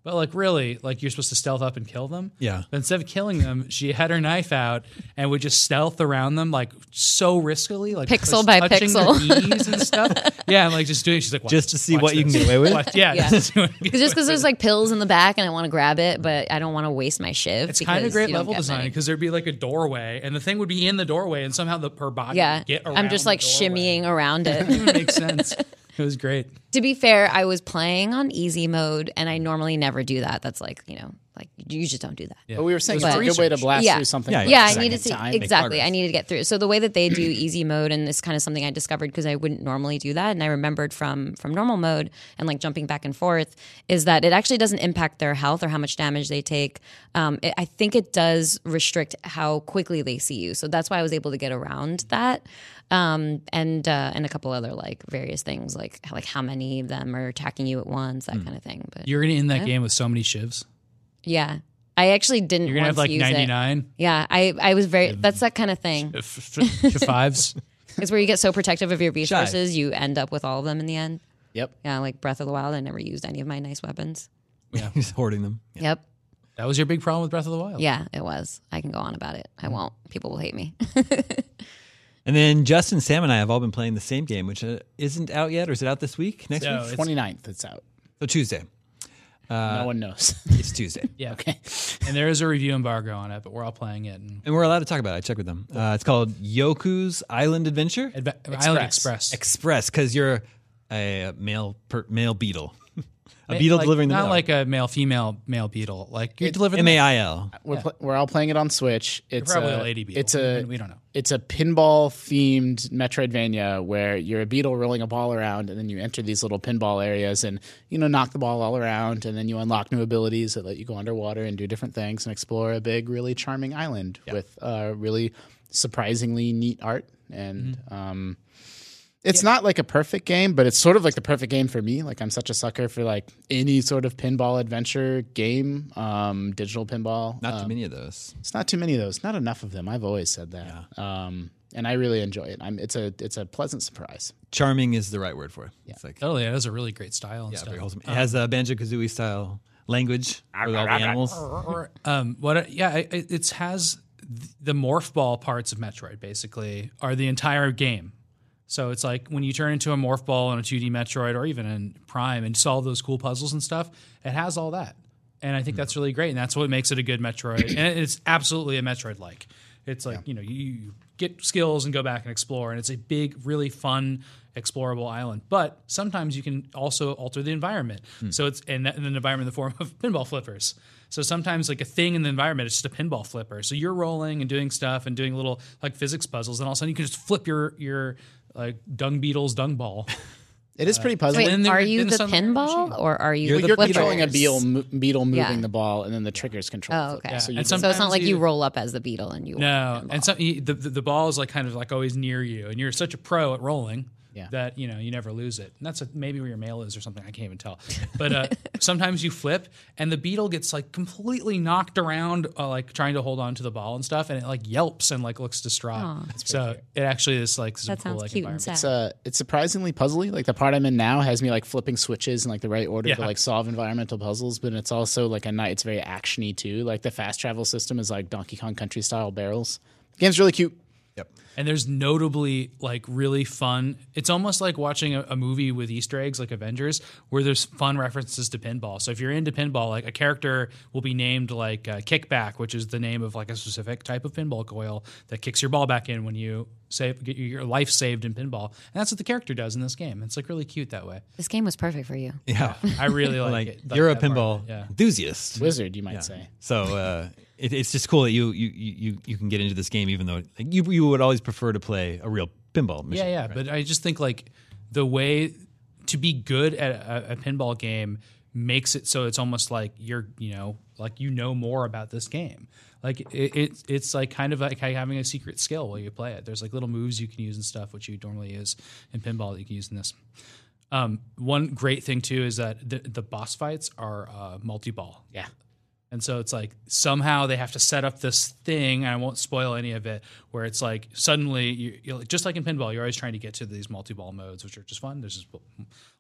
Speaker 5: But like really, like you're supposed to stealth up and kill them.
Speaker 1: Yeah.
Speaker 5: But instead of killing them, she had her knife out and would just stealth around them like so riskily, like
Speaker 4: Pixel by
Speaker 5: touching their
Speaker 4: pixel.
Speaker 5: knees and stuff. Yeah, and like just doing. She's like watch
Speaker 1: Just to see
Speaker 5: watch
Speaker 1: what you can
Speaker 5: this.
Speaker 1: get away with?
Speaker 5: Watch- yeah,
Speaker 4: Yeah.
Speaker 5: just to see what you can
Speaker 4: Because just because there's like pills in the back and I want to grab it, but I don't want to waste my shiv.
Speaker 5: It's kind of
Speaker 4: because
Speaker 5: great
Speaker 4: you don't
Speaker 5: level
Speaker 4: get
Speaker 5: design
Speaker 4: many.
Speaker 5: because there'd be like a doorway, and the thing would be in the doorway, and somehow the her body
Speaker 4: Yeah,
Speaker 5: would get around.
Speaker 4: I'm just like
Speaker 5: the doorway.
Speaker 4: shimmying around it.
Speaker 5: It makes sense. It was great.
Speaker 4: to be fair, I was playing on easy mode, and I normally never do that. That's like you know, like you just don't do that.
Speaker 6: But we were saying
Speaker 5: But-
Speaker 6: it's a good way to blast
Speaker 4: Yeah.
Speaker 6: through something.
Speaker 1: Yeah,
Speaker 6: like
Speaker 4: yeah,
Speaker 6: the
Speaker 4: I needed
Speaker 6: second time.
Speaker 4: to exactly. I needed to get through. So the way that they do easy mode, and this kind of something I discovered because I wouldn't normally do that, and I remembered from from normal mode and like jumping back and forth, is that it actually doesn't impact their health or how much damage they take. Um, it, I think it does restrict how quickly they see you. So that's why I was able to get around that, um, and uh, and a couple other like various things like like how many of them are attacking you at once, that kind of thing. But
Speaker 5: You're gonna end that game with so many shivs.
Speaker 4: yeah, I actually didn't.
Speaker 5: You're gonna have
Speaker 4: want
Speaker 5: like
Speaker 4: to use it.
Speaker 5: 99
Speaker 4: Yeah, I, I was very. That's that kind of thing.
Speaker 5: fives.
Speaker 4: It's where you get so protective of your
Speaker 1: Shy.
Speaker 4: resources, you end up with all of them in the end.
Speaker 6: Yep.
Speaker 4: Yeah, like Breath of the Wild, I never used any of my nice weapons.
Speaker 1: He's hoarding them.
Speaker 4: Yep.
Speaker 5: That was your big problem with Breath of the Wild.
Speaker 4: Yeah, it was. I can go on about it. I won't. People will hate me.
Speaker 1: And then Justin, Sam, and I have all been playing the same game, which uh, isn't out yet, or is it out this week? Next
Speaker 5: So
Speaker 1: week?
Speaker 5: it's- Uh,
Speaker 6: 29th, it's out.
Speaker 1: So Tuesday.
Speaker 6: no one knows.
Speaker 1: It's Tuesday.
Speaker 5: yeah. Okay. and there is a review embargo on it, but we're all playing it. And
Speaker 1: And we're allowed to talk about it. I checked with them. Uh, it's called Yoku's Island Adventure
Speaker 5: Adve- Island Express.
Speaker 1: Express because you're a male per, male beetle, a beetle
Speaker 5: Like,
Speaker 1: delivering the
Speaker 5: not
Speaker 1: mail.
Speaker 5: like a male female male beetle. Like you're delivering
Speaker 1: M A I L.
Speaker 6: We're, pl- we're all playing it on Switch. It's
Speaker 5: probably
Speaker 6: a,
Speaker 5: a lady beetle.
Speaker 6: It's a
Speaker 5: We don't know.
Speaker 6: It's a pinball themed Metroidvania where you're a beetle rolling a ball around, and then you enter these little pinball areas and you know knock the ball all around, and then you unlock new abilities that let you go underwater and do different things and explore a big, really charming island with uh, really surprisingly neat art and.
Speaker 5: Mm-hmm.
Speaker 6: Um, it's not like a perfect game, but it's sort of like the perfect game for me. Like I'm such a sucker for like any sort of pinball adventure game, um, digital pinball.
Speaker 1: Not
Speaker 5: Uh,
Speaker 1: too many of those.
Speaker 6: It's not too many of those. Not enough of them. I've always said that. Um, and I really enjoy it. I'm, it's a it's a pleasant surprise.
Speaker 1: Charming is the right word for it. It's like
Speaker 5: Totally, that Oh, is a really great style and
Speaker 1: yeah,
Speaker 5: stuff.
Speaker 1: very wholesome. It has a Banjo Kazooie style language with all the animals.
Speaker 5: or, um, what? I- Yeah, I- I- it has th- the morph ball parts of Metroid. Basically, are the entire game. So it's like when you turn into a morph ball in a 2D Metroid or even in Prime and solve those cool puzzles and stuff, it has all that. And I think that's really great, and that's what makes it a good Metroid. and it's absolutely a Metroid like. It's like you know you, you get skills and go back and explore, and it's a big, really fun explorable island. But sometimes you can also alter the environment. So it's and that, in an environment in the form of pinball flippers. So sometimes like a thing in the environment is just a pinball flipper. So you're rolling and doing stuff and doing little like physics puzzles, and all of a sudden you can just flip your your like dung beetle's dung ball.
Speaker 6: It is pretty puzzling.
Speaker 4: Wait,
Speaker 5: then they
Speaker 4: are
Speaker 5: were-
Speaker 4: you
Speaker 5: then
Speaker 4: the
Speaker 5: some-
Speaker 4: pinball or are you
Speaker 1: You're
Speaker 6: But
Speaker 4: the
Speaker 6: you're
Speaker 4: flippers?
Speaker 6: controlling a beetle, mo- beetle moving
Speaker 4: Yeah.
Speaker 6: the ball, and then the triggers control.
Speaker 4: Oh,
Speaker 6: the
Speaker 4: okay.
Speaker 6: ball. So you
Speaker 5: And
Speaker 6: just-
Speaker 4: so it's not
Speaker 5: sometimes
Speaker 4: like you
Speaker 5: you-
Speaker 4: roll up as the beetle and you
Speaker 5: No, and so you- the, the the ball is like kind of like always near you, and you're such a pro at rolling
Speaker 6: Yeah.
Speaker 5: that you know you never lose it. And that's a, maybe where your mail is or something. I can't even tell. But uh, sometimes you flip, and the beetle gets like completely knocked around, uh, like trying to hold on to the ball and stuff, and it like yelps and like looks distraught. so it actually is like some
Speaker 4: That
Speaker 5: cool,
Speaker 4: sounds
Speaker 5: like,
Speaker 4: cute and
Speaker 5: environment.
Speaker 4: sad.
Speaker 6: it's uh, it's surprisingly puzzly. Like the part I'm in now has me like flipping switches in like the right order to
Speaker 5: Yeah.
Speaker 6: like solve environmental puzzles, but it's also like a night. It's very actiony too. Like the fast travel system is like Donkey Kong Country style barrels. The game's really cute.
Speaker 1: Yep.
Speaker 5: and there's notably like really fun. It's almost like watching a, a movie with Easter eggs, like Avengers, where there's fun references to pinball. So if you're into pinball, like a character will be named like uh, Kickback, which is the name of like a specific type of pinball coil that kicks your ball back in when you save get your life saved in pinball, and that's what the character does in this game. It's like really cute that way.
Speaker 4: This game was perfect for you.
Speaker 1: Yeah.
Speaker 5: I really like,
Speaker 1: Like,
Speaker 5: it. Like
Speaker 1: you're a
Speaker 5: that part of
Speaker 1: pinball
Speaker 5: it, Yeah.
Speaker 1: enthusiast.
Speaker 6: Wizard, you might say.
Speaker 1: So uh, it, it's just cool that you you, you you- you can get into this game, even though like, you you would always prefer to play a real pinball mission.
Speaker 5: Yeah, yeah. But I just think like the way to be good at a, a pinball game makes it so it's almost like you're you know like you know more about this game. Like it, it it's like kind of like having a secret skill while you play it. There's like little moves you can use and stuff which you normally use in pinball that you can use in this. Um, one great thing too is that the, the boss fights are uh, multi-ball.
Speaker 6: Yeah.
Speaker 5: And so it's like somehow they have to set up this thing, and I won't spoil any of it, where it's like suddenly, you, you're like- just like in pinball, you're always trying to get to these multi ball modes, which are just fun. There's just a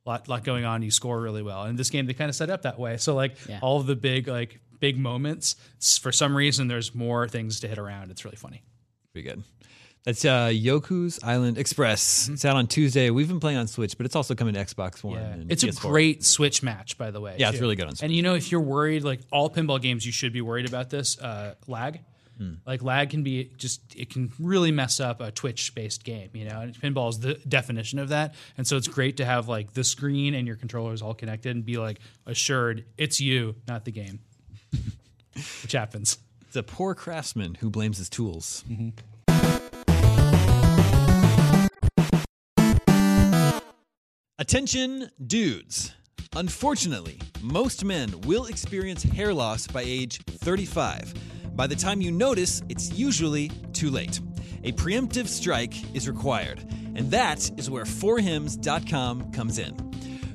Speaker 5: lot, lot going on. You score really well. And this game, they kind of set up that way. So, like, all of the big, like, big moments, s- for some reason, there's more things to hit around. It's really funny.
Speaker 1: Pretty good. That's uh, Yoku's Island Express.
Speaker 5: Mm-hmm.
Speaker 1: It's out on Tuesday. We've been playing on Switch, but it's also coming to Xbox One. and
Speaker 5: It's a
Speaker 1: PS4.
Speaker 5: great Switch match, by the way.
Speaker 1: Yeah, it's really good on
Speaker 5: And you know, if you're worried, like all pinball games, you should be worried about this uh, lag.
Speaker 1: Hmm.
Speaker 5: Like lag can be just it can really mess up a Twitch based game, you know. And pinball is the definition of that, and so it's great to have like the screen and your controllers all connected and be like assured it's you, not the game, which happens.
Speaker 1: It's a poor craftsman who blames his tools. Attention, dudes. Unfortunately, most men will experience hair loss by age 35. By the time you notice, it's usually too late. A preemptive strike is required, and that is where 4hims.com comes in.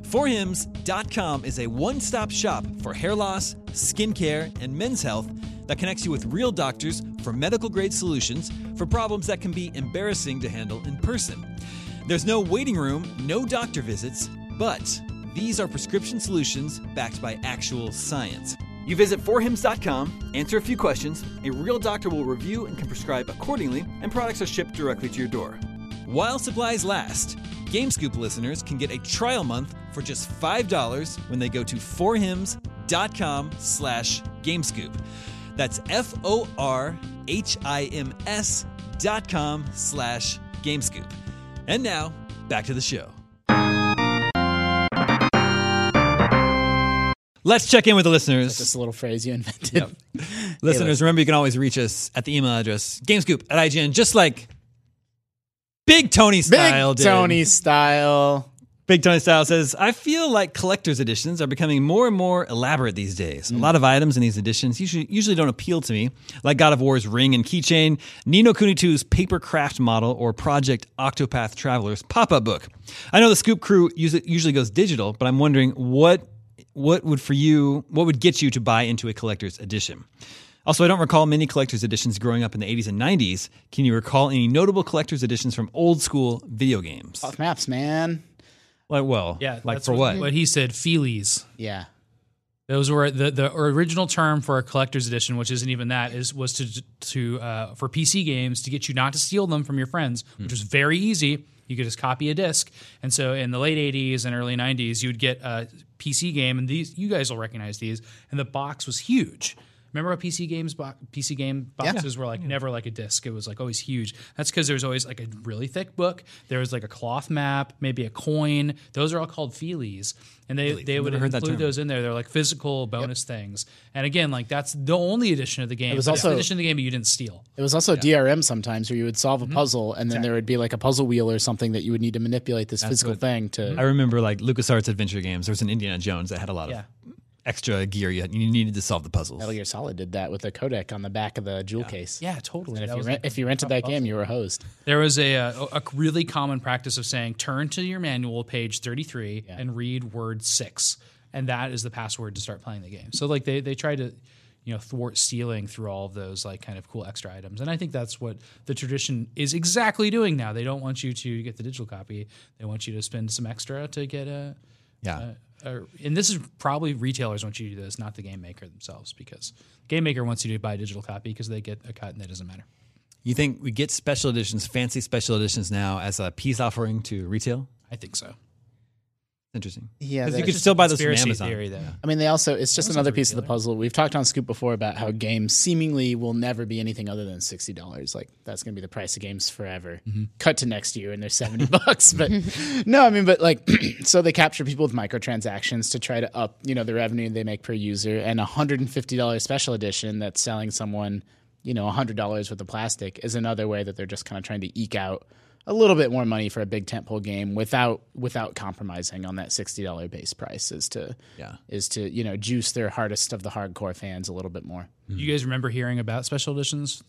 Speaker 1: 4hims.com is a one-stop shop for hair loss, skincare, and men's health that connects you with real doctors for medical-grade solutions for problems that can be embarrassing to handle in person. There's no waiting room, no doctor visits, but these are prescription solutions backed by actual science. You visit 4hims.com, answer a few questions, a real doctor will review and can prescribe accordingly, and products are shipped directly to your door. While supplies last, GameScoop listeners can get a trial month for just $5 when they go to 4hims.com slash GameScoop. That's F-O-R-H-I-M-S dot com slash GameScoop. And now, back to the show. Let's check in with the listeners.
Speaker 6: Just a little phrase you invented.
Speaker 1: Listeners, remember you can always reach us at the email address gamescoop at IGN, just like Big Tony
Speaker 6: Big
Speaker 1: style. did.
Speaker 6: Tony style.
Speaker 1: Big Tony style says, I feel like collector's editions are becoming more and more elaborate these days. A lot of items in these editions usually, usually don't appeal to me, like God of War's ring and keychain, Nino Kuni 2's paper craft model, or Project Octopath Traveler's pop up book. I know the Scoop crew usually, usually goes digital, but I'm wondering what what would for you what would get you to buy into a collector's edition also i don't recall many collector's editions growing up in the 80s and 90s can you recall any notable collector's editions from old school video games
Speaker 6: Off maps, man.
Speaker 1: like well
Speaker 5: Yeah,
Speaker 1: like
Speaker 5: that's
Speaker 1: for what
Speaker 5: What he said, feelies.
Speaker 6: Yeah.
Speaker 5: Those were the, the original term for a collector's edition, which isn't even that, is was to to uh, for PC games to get you not to steal them from your friends, which
Speaker 1: Hmm.
Speaker 5: was very easy. You could just copy a disc, and so in the late '80s and early '90s, you'd get a PC game, and these you guys will recognize these, and the box was huge. Remember how PC games bo- PC game boxes were like never like a disc; it was like always huge. That's because there was always like a really thick book. There was like a cloth map, maybe a coin. Those are all called feelies, and they they would
Speaker 1: never heard that
Speaker 5: include
Speaker 1: term.
Speaker 5: those in there. They're like physical bonus things. And again, like that's the only edition of the game. It
Speaker 6: was
Speaker 5: was
Speaker 6: also-
Speaker 5: also the edition of the game you didn't steal.
Speaker 6: It was also DRM sometimes where you would solve a puzzle and then there would be like a puzzle wheel or something that you would need to manipulate this physical thing to.
Speaker 1: I remember like LucasArts adventure games. There was an Indiana Jones that had a lot
Speaker 5: Yeah.
Speaker 1: of extra gear you, you needed to solve the puzzles.
Speaker 6: Metal Gear Solid did that with a codec on the back of the jewel case.
Speaker 5: Yeah, totally. That
Speaker 6: And if you,
Speaker 5: was
Speaker 6: rent,
Speaker 5: the-
Speaker 6: if you rented that game, you were hosed.
Speaker 5: there was a, uh, a really common practice of saying, turn to your manual, page 33, and read word six. And that is the password to start playing the game. So, like, they, they try to, you know, thwart stealing through all of those, like, kind of cool extra items. And I think that's what the tradition is exactly doing now. They don't want you to get the digital copy, they want you to spend some extra to get a.
Speaker 1: yeah.
Speaker 5: or, and this is probably retailers want you to do this, not the game maker themselves, because the game maker wants you to buy a digital copy because they get a cut and that doesn't matter.
Speaker 1: you think we get special editions, fancy special editions now as a peace offering to retail?
Speaker 5: I think so.
Speaker 1: Interesting.
Speaker 6: Yeah,
Speaker 1: Because
Speaker 6: that-
Speaker 1: you could still buy those from
Speaker 5: Conspiracy
Speaker 1: Amazon.
Speaker 5: theory, though.
Speaker 6: I mean, they also, it's just another piece of the
Speaker 5: retailer.
Speaker 6: puzzle. We've talked on Scoop before about how games seemingly will never be anything other than $60. Like, that's going to be the price of games forever. Cut to next year and they're 70 bucks. But no, I mean, but like, so they capture people with microtransactions to try to up, you know, the revenue they make per user and a $150 special edition that's selling someone, you know, $100 worth of plastic is another way that they're just kind of trying to eke out. A little bit more money for a big tentpole game without without compromising on that sixty dollar base price is to
Speaker 1: Yeah.
Speaker 6: is to you know juice their hardest of the hardcore fans a little bit more.
Speaker 1: Mm-hmm.
Speaker 5: You guys remember hearing about special editions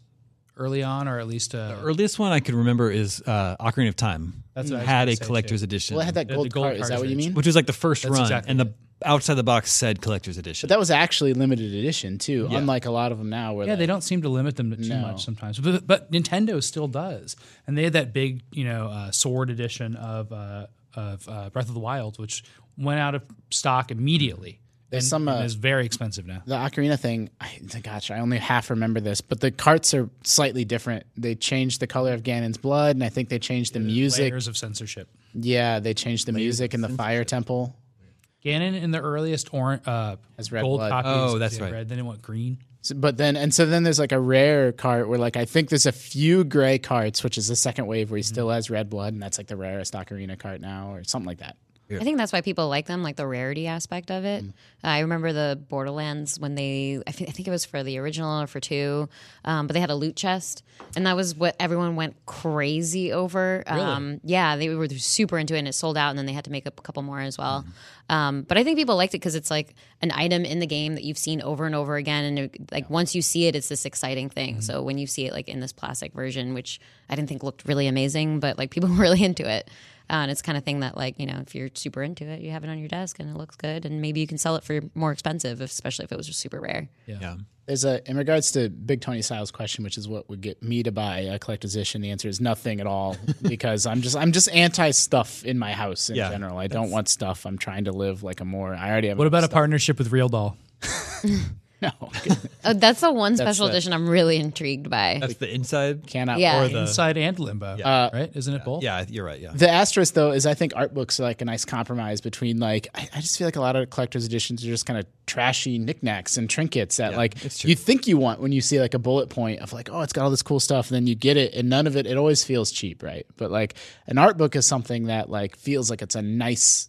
Speaker 5: early on, or at least uh,
Speaker 1: Earliest one I could remember is uh, Ocarina of Time.
Speaker 5: That's what I was
Speaker 1: had
Speaker 5: gonna
Speaker 1: a
Speaker 5: say,
Speaker 1: collector's edition,
Speaker 6: Well, I had that
Speaker 5: Mm-hmm. The- the
Speaker 6: gold,
Speaker 5: gold
Speaker 6: card. Is that what you
Speaker 5: cartridge.
Speaker 6: mean?
Speaker 1: which was like the first run,
Speaker 5: exactly
Speaker 1: and the
Speaker 5: it.
Speaker 1: outside the box said collector's edition.
Speaker 6: But that was actually limited edition too, unlike a lot of them now where
Speaker 5: Yeah, they
Speaker 6: like-
Speaker 5: don't seem to limit them too much sometimes, but, but Nintendo still does, and they had that big, you know, uh, sword edition of uh, of uh, Breath of the Wild, which went out of stock immediately.
Speaker 6: There's
Speaker 5: and,
Speaker 6: some,
Speaker 5: and
Speaker 6: uh,
Speaker 5: is very expensive now.
Speaker 6: the ocarina thing I, gosh i only half remember this but the carts are slightly different they changed the color of ganon's blood and i think they changed the music
Speaker 5: Layers of censorship.
Speaker 6: yeah they changed the music in the fire temple
Speaker 5: Ganon in the earliest orange uh,
Speaker 6: Has red
Speaker 5: gold
Speaker 6: blood.
Speaker 5: copies.
Speaker 1: Oh, that's
Speaker 5: yeah,
Speaker 1: right.
Speaker 5: Red. Then it went green.
Speaker 6: So- but then and so then there's like a rare cart where like i think there's a few gray carts which is the second wave where he
Speaker 5: Mm-hmm.
Speaker 6: still has red blood and that's like the rarest ocarina cart now or something like that
Speaker 4: I think that's why people like them, like the rarity aspect of it. I remember the Borderlands when they, I, thi- I think it was for the original or for two, um, but they had a loot chest, and that was what everyone went crazy over. Um, yeah, they were super into it, and it sold out, and then they had to make up a couple more as well. Um, but I think people liked it because it's like an item in the game that you've seen over and over again, and it, like once you see it, it's this exciting thing. So when you see it like in this plastic version, which I didn't think looked really amazing, but like people were really into it. Uh, and it's kind of thing that, like, you know, if you're super into it, you have it on your desk and it looks good, and maybe you can sell it for more expensive, especially if it was just super rare.
Speaker 1: yeah.
Speaker 6: There's a in regards to Big Tony Styles' question, which is what would get me to buy a collector's edition. The answer is nothing at all because I'm just I'm just anti stuff in my house in
Speaker 1: Yeah,
Speaker 6: general. I don't want stuff. I'm trying to live like a more. I already have.
Speaker 5: What about a partnership with Real Doll?
Speaker 6: no?
Speaker 4: Oh, that's the one special
Speaker 6: the-
Speaker 4: edition I'm really intrigued by.
Speaker 1: That's the inside.
Speaker 6: Cannot.
Speaker 4: yeah.
Speaker 1: the-
Speaker 5: Inside and Limbo,
Speaker 6: Uh,
Speaker 5: right? Isn't it both?
Speaker 1: Uh, Yeah, you're right. Yeah.
Speaker 6: The asterisk though is I think art books are like a nice compromise between like I, I just feel like a lot of collector's editions are just kind of trashy knickknacks and trinkets that like you think you want when you see like a bullet point of like oh it's got all this cool stuff and then you get it and none of it it always feels cheap right but like an art book is something that like feels like it's a nice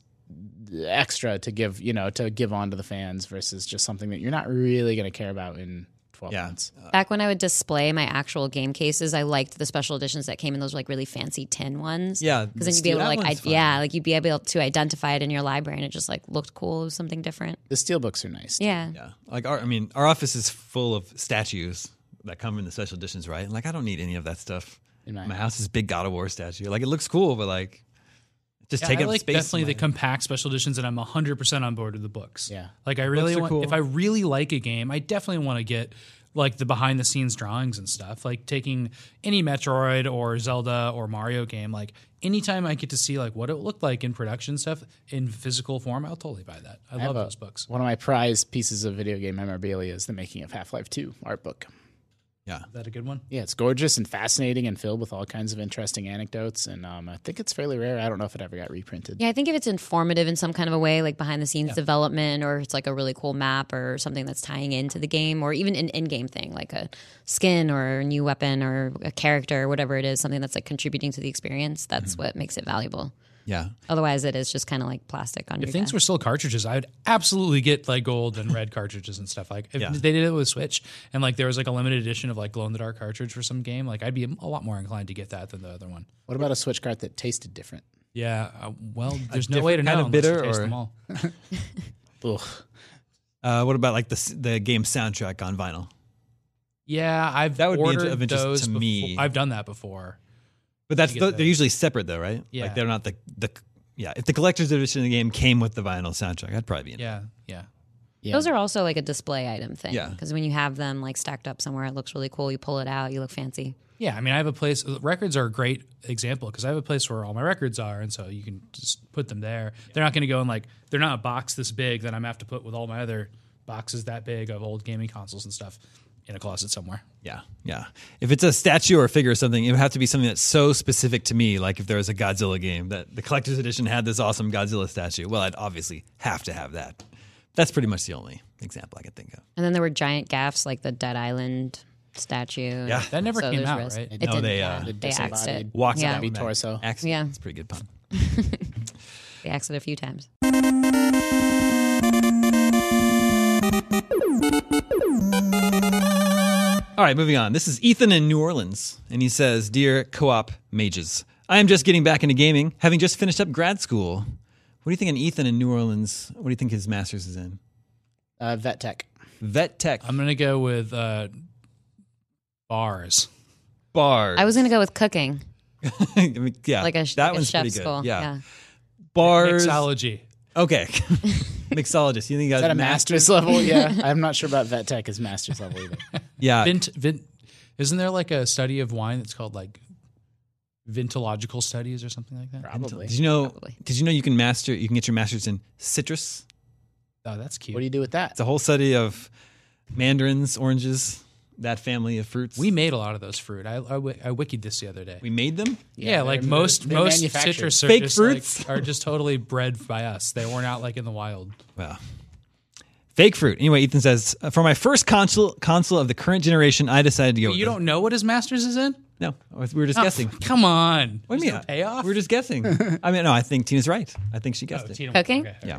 Speaker 6: extra to give you know to give on to the fans versus just something that you're not really going to care about in 12
Speaker 1: Yeah.
Speaker 6: months.
Speaker 4: Back when I would display my actual game cases, I liked the special editions that came in those like really fancy tin ones.
Speaker 1: Yeah,
Speaker 4: because then
Speaker 1: the
Speaker 4: you'd be able to
Speaker 1: steel-
Speaker 4: like,
Speaker 1: that
Speaker 4: I,
Speaker 1: one's fun.
Speaker 4: yeah, like you'd be able to identify it in your library, and it just like looked cool, it was something different.
Speaker 6: The steel books are nice.
Speaker 4: Yeah,
Speaker 1: Yeah. Like our, I mean, our office is full of statues that come in the special editions, right? Like I don't need any of that stuff. my, house is big God of War statue. Like it looks cool, but like just
Speaker 5: Yeah,
Speaker 1: take
Speaker 5: I
Speaker 1: up
Speaker 5: like
Speaker 1: space. in
Speaker 5: definitely
Speaker 1: my-
Speaker 5: the compact special editions, and I'm 100 percent on board with the books.
Speaker 6: Yeah.
Speaker 5: like I really
Speaker 1: are
Speaker 5: want.
Speaker 1: cool.
Speaker 5: If I really like a game, I definitely want to get like the behind the scenes drawings and stuff. Like taking any Metroid or Zelda or Mario game, like anytime I get to see like what it looked like in production stuff in physical form, I'll totally buy that. I, love
Speaker 6: have a-
Speaker 5: those books.
Speaker 6: One of my prized pieces of video game memorabilia is the making of Half-Life 2 art book.
Speaker 1: yeah.
Speaker 5: Is that a good one?
Speaker 6: Yeah, it's gorgeous and fascinating and filled with all kinds of interesting anecdotes. And um, I think it's fairly rare. I don't know if it ever got reprinted.
Speaker 4: Yeah, I think if it's informative in some kind of a way, like behind the scenes development, or it's like a really cool map or something that's tying into the game, or even an in game thing like a skin or a new weapon or a character or whatever it is, something that's like contributing to the experience, that's
Speaker 5: Mm-hmm.
Speaker 4: what makes it valuable.
Speaker 1: Yeah.
Speaker 4: Otherwise, it is just kind of like plastic on your
Speaker 5: If things
Speaker 4: desk.
Speaker 5: were still cartridges, I would absolutely get like gold and red cartridges and stuff. Like if
Speaker 1: Yeah.
Speaker 5: they did it with Switch, and like there was like a limited edition of like glow in the dark cartridge for some game, like I'd be a lot more inclined to get that than the other one.
Speaker 6: What about a Switch cart that tasted different?
Speaker 5: Yeah, uh, well, there's no way to
Speaker 1: different kind
Speaker 5: know
Speaker 1: of
Speaker 5: unless you
Speaker 1: bitter
Speaker 5: taste
Speaker 1: or-
Speaker 5: them all.
Speaker 6: Ugh.
Speaker 1: Uh, what about like the s- the game soundtrack on vinyl?
Speaker 5: Yeah, I've
Speaker 1: That would be
Speaker 5: ordered
Speaker 1: of interest
Speaker 5: those
Speaker 1: to
Speaker 5: befo-
Speaker 1: me.
Speaker 5: I've done that before.
Speaker 1: But that's
Speaker 5: get
Speaker 1: the,
Speaker 5: the-
Speaker 1: they're usually separate though, right?
Speaker 5: Yeah.
Speaker 1: Like they're not the the yeah. If the collector's edition of the game came with the vinyl soundtrack, I'd probably be in. it.
Speaker 5: Yeah, yeah.
Speaker 6: Yeah.
Speaker 4: Those are also like a display item thing.
Speaker 1: Yeah.
Speaker 4: Because when you have them like stacked up somewhere, it looks really cool. You pull it out, you look fancy.
Speaker 5: Yeah, I mean, I have a place. uh, Records are a great example because I have a place where all my records are, and so you can just put them there. They're not going to go in like they're not a box this big that I'm have to put with all my other boxes that big of old gaming consoles and stuff in a closet somewhere.
Speaker 1: Yeah, yeah. If it's a statue or a figure or something, it would have to be something that's so specific to me. Like if there was a Godzilla game that the collector's edition had this awesome Godzilla statue, well, I'd obviously have to have that. That's pretty much the only example I could think of.
Speaker 4: And then there were giant gaffs like the Dead Island statue.
Speaker 1: Yeah.
Speaker 5: That never
Speaker 4: So
Speaker 5: came
Speaker 4: there's
Speaker 5: out,
Speaker 4: risk.
Speaker 5: right?
Speaker 4: It
Speaker 1: No,
Speaker 4: didn't.
Speaker 1: they,
Speaker 4: They,
Speaker 1: uh,
Speaker 4: they axed it.
Speaker 6: disembodied-
Speaker 1: Walks
Speaker 4: yeah.
Speaker 1: out with that
Speaker 6: torso.
Speaker 1: Axe.
Speaker 4: Yeah.
Speaker 1: it's a pretty good pun.
Speaker 4: They axed it a few times.
Speaker 1: All right, moving on. This is Ethan in New Orleans, and he says, "Dear co-op mages, I am just getting back into gaming, having just finished up grad school. What do you think an Ethan in New Orleans? What do you think his master's is in?
Speaker 6: uh, vet tech.
Speaker 1: Vet tech,
Speaker 5: I'm going to go with uh, bars.
Speaker 1: bars.
Speaker 4: I was going to go with cooking.
Speaker 1: I mean, yeah,
Speaker 4: like a,
Speaker 1: Uh, that
Speaker 4: like a
Speaker 1: one's
Speaker 4: chef
Speaker 1: pretty good.
Speaker 4: school.
Speaker 1: Yeah, bars.
Speaker 5: Mixology.
Speaker 1: Okay. Mixologist. You think you guys
Speaker 6: At a master's level, yeah. I'm not sure about vet tech is master's level either.
Speaker 1: Yeah.
Speaker 5: Vint, vin, isn't there like a study of wine that's called like vintological studies or something like that?
Speaker 6: Probably.
Speaker 1: Did you know?
Speaker 4: Probably.
Speaker 1: Did you know you can master? You can get your master's in citrus.
Speaker 5: Oh, that's cute.
Speaker 6: What do you do with that?
Speaker 1: It's a whole study of mandarins, oranges, that family of fruits.
Speaker 5: we made a lot of those fruit. I, I, wi- I wikied this the other day.
Speaker 1: we made them.
Speaker 5: yeah,
Speaker 6: they're-
Speaker 5: like
Speaker 6: they're-
Speaker 5: most
Speaker 6: they're
Speaker 5: most
Speaker 6: manufactured.
Speaker 5: citrus are
Speaker 1: Fake
Speaker 5: just,
Speaker 1: fruits?
Speaker 5: like, are just totally bred by us. They were not like in the wild.
Speaker 1: Wow. Fake fruit. Anyway, Ethan says, uh, for my first console console of the current generation, I decided to go. with
Speaker 5: You
Speaker 1: the-
Speaker 5: don't know what his master's is in?
Speaker 1: No, we were just
Speaker 5: Oh,
Speaker 1: guessing.
Speaker 5: come on.
Speaker 1: What do you mean?
Speaker 5: payoff? Oh,
Speaker 1: We We're just guessing. I mean, no, I think Tina's right. I think she guessed it.
Speaker 5: Tina-
Speaker 4: Cooking?
Speaker 5: okay.
Speaker 1: Yeah.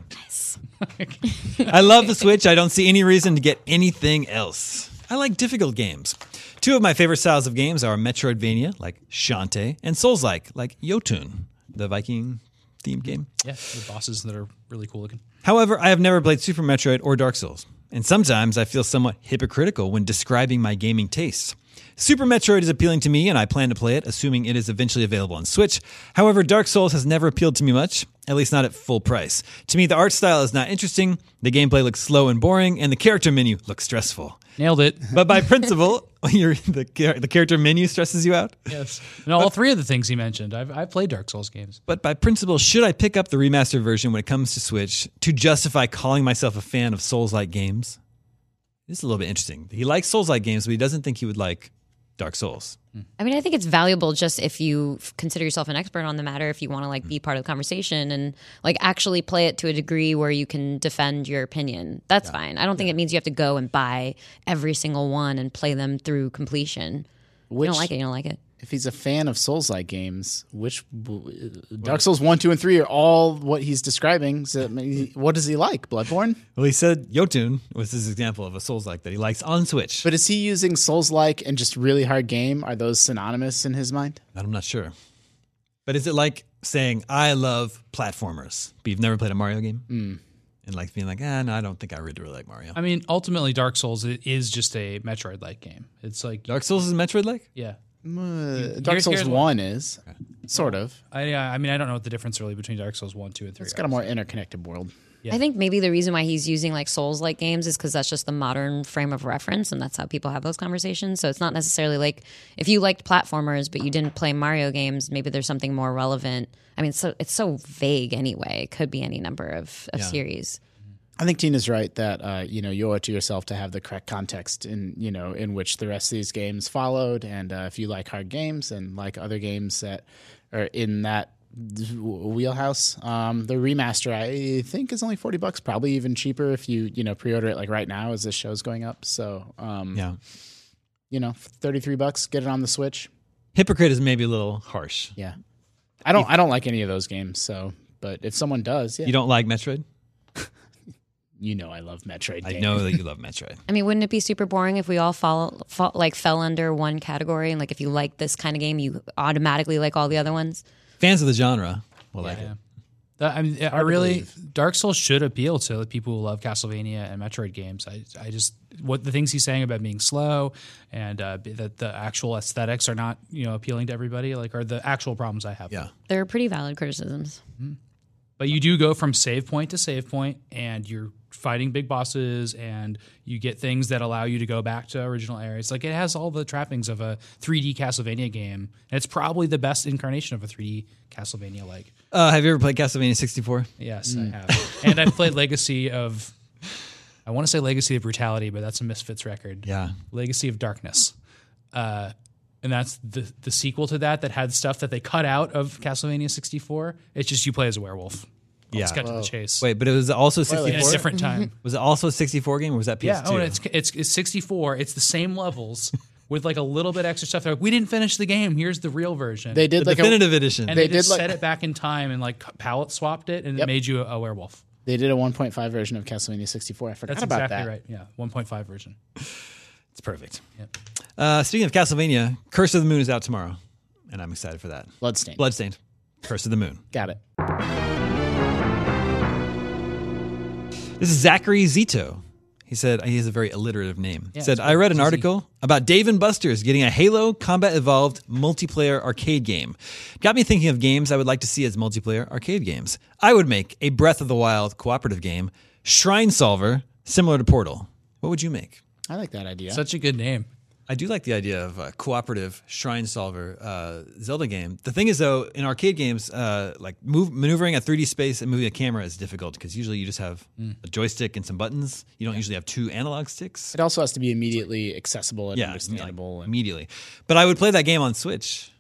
Speaker 1: I love the Switch. I don't see any reason to get anything else. I like difficult games. Two of my favorite styles of games are Metroidvania, like Shantae, and Souls-like, like Yotun, the Viking themed game.
Speaker 5: Yeah, the bosses that are really cool looking.
Speaker 1: However, I have never played Super Metroid or Dark Souls, and sometimes I feel somewhat hypocritical when describing my gaming tastes. Super Metroid is appealing to me, and I plan to play it, assuming it is eventually available on Switch. However, Dark Souls has never appealed to me much, at least not at full price. To me, the art style is not interesting, the gameplay looks slow and boring, and the character menu looks stressful.
Speaker 5: Nailed it.
Speaker 1: But by principle, your the, char- the character menu stresses you out.
Speaker 5: yes. And all three of the things he mentioned. I've, I've played Dark Souls games.
Speaker 1: But by principle, should I pick up the remastered version when it comes to Switch to justify calling myself a fan of Souls like games? This is a little bit interesting. He likes Souls like games, but he doesn't think he would like Dark Souls.
Speaker 4: I mean, I think it's valuable just if you f- consider yourself an expert on the matter, if you want to like
Speaker 1: Mm-hmm.
Speaker 4: be part of the conversation and like actually play it to a degree where you can defend your opinion. That's fine. I don't think it means you have to go and buy every single one and play them through completion.
Speaker 6: Which,
Speaker 4: you don't like it, you don't like it.
Speaker 6: if he's a fan of Souls-like games, which uh, Dark Souls one, two, and three are all what he's describing. So, I mean, what does he like? Bloodborne.
Speaker 1: Well, he said Yotun was his example of a Souls like that he likes on Switch.
Speaker 6: But is he using Souls-like and just really hard game? Are those synonymous in his mind?
Speaker 1: I'm not sure. But is it like saying, I love platformers, but you've never played a Mario game? And like being like, ah, no, I don't think I really, really like Mario.
Speaker 5: I mean, ultimately, Dark Souls it is just a Metroid like game. It's like,
Speaker 1: Dark Souls is Metroid like?
Speaker 5: yeah.
Speaker 6: Uh, Dark
Speaker 5: here's-
Speaker 6: Souls
Speaker 5: here's
Speaker 6: one is sort of.
Speaker 5: I, yeah, I mean, I don't know what the difference really between Dark Souls 1, 2, and 3
Speaker 6: It's got a more interconnected world.
Speaker 4: I think maybe the reason why he's using like Souls like games is because that's just the modern frame of reference and that's how people have those conversations. So it's not necessarily like if you liked platformers but you didn't play Mario games, maybe there's something more relevant. I mean, so it's so vague anyway. It could be any number of, of series.
Speaker 6: I think Tina's right that uh, you know you owe it to yourself to have the correct context in you know in which the rest of these games followed, and uh, if you like hard games and like other games that are in that wheelhouse, um, the remaster I think is only forty bucks, probably even cheaper if you you know pre-order it like right now as this show's going up. So um,
Speaker 1: Yeah.
Speaker 6: you know thirty three bucks, get it on the Switch.
Speaker 1: Hypocrite is maybe a little harsh.
Speaker 6: Yeah, I don't I don't like any of those games, so but if someone does, yeah,
Speaker 1: You
Speaker 6: you,
Speaker 1: don't like Metroid?
Speaker 6: know I love Metroid.
Speaker 1: I
Speaker 6: games.
Speaker 1: know that you love Metroid.
Speaker 4: I mean, wouldn't it be super boring if we all fall, fall like fell under one category and like if you like this kind of game, you automatically like all the other ones?
Speaker 1: Fans of the genre will like it.
Speaker 5: That- I mean, I really Dark Souls should appeal to the people who love Castlevania and Metroid games. I, I just what the things he's saying about being slow and uh, be- that the actual aesthetics are not you know appealing to everybody. Like, are the actual problems I have.
Speaker 1: Yeah.
Speaker 4: They're pretty valid criticisms.
Speaker 5: But you do go from save point to save point, and you're fighting big bosses, and you get things that allow you to go back to original areas. Like it has all the trappings of a 3D Castlevania game, and it's probably the best incarnation of a 3D Castlevania like.
Speaker 1: Uh, have you ever played Castlevania 64?
Speaker 5: Yes,
Speaker 6: Mm.
Speaker 5: I have. And I've played Legacy of, I want to say Legacy of Brutality, but that's a Misfits record.
Speaker 1: Yeah.
Speaker 5: Legacy of Darkness. Uh, and that's the, the sequel to that that had stuff that they cut out of Castlevania 64. It's just you play as a werewolf.
Speaker 1: Yeah.
Speaker 5: Let's cut to the chase.
Speaker 1: Wait, but it was also
Speaker 5: In a
Speaker 1: 64.
Speaker 5: different time.
Speaker 1: Was it also a 64 game or was that PS2?
Speaker 5: yeah. Oh, and it's, it's, it's 64. It's the same levels with like a little bit extra stuff. They're like, we didn't finish the game. Here's the real version.
Speaker 6: They did
Speaker 1: the
Speaker 6: like a,
Speaker 1: definitive edition.
Speaker 5: and they,
Speaker 6: they did,
Speaker 5: just
Speaker 6: like-
Speaker 5: set it back in time and like palette swapped it and it made you a, a werewolf.
Speaker 6: they did a 1.5 version of Castlevania 64. I forgot
Speaker 5: That's
Speaker 6: about
Speaker 5: exactly
Speaker 6: that.
Speaker 5: right. Yeah, 1.5 version.
Speaker 1: it's perfect.
Speaker 5: Yep.
Speaker 1: Uh, speaking of Castlevania, Curse of the Moon is out tomorrow, and I'm excited for that.
Speaker 6: Bloodstained.
Speaker 1: Bloodstained, Curse of the Moon.
Speaker 6: Got it.
Speaker 1: This is Zachary Zito. He He said he has a very alliterative name. he said, I read an article about Dave and Buster's getting a Halo Combat Evolved multiplayer arcade game. Got me thinking of games I would like to see as multiplayer arcade games. I would make a Breath of the Wild cooperative game, Shrine Solver, similar to Portal. What would you make?
Speaker 6: I like that idea.
Speaker 5: Such a good name.
Speaker 1: I do like the idea of a cooperative shrine solver uh, Zelda game. The thing is, though, in arcade games, uh, like move, maneuvering a 3D space and moving a camera is difficult because usually you just have
Speaker 6: Hmm.
Speaker 1: a joystick and some buttons. You don't usually have two analog sticks.
Speaker 6: it also has to be immediately accessible and
Speaker 1: Yeah, like,
Speaker 6: understandable. and
Speaker 1: immediately. But I would play that game on Switch,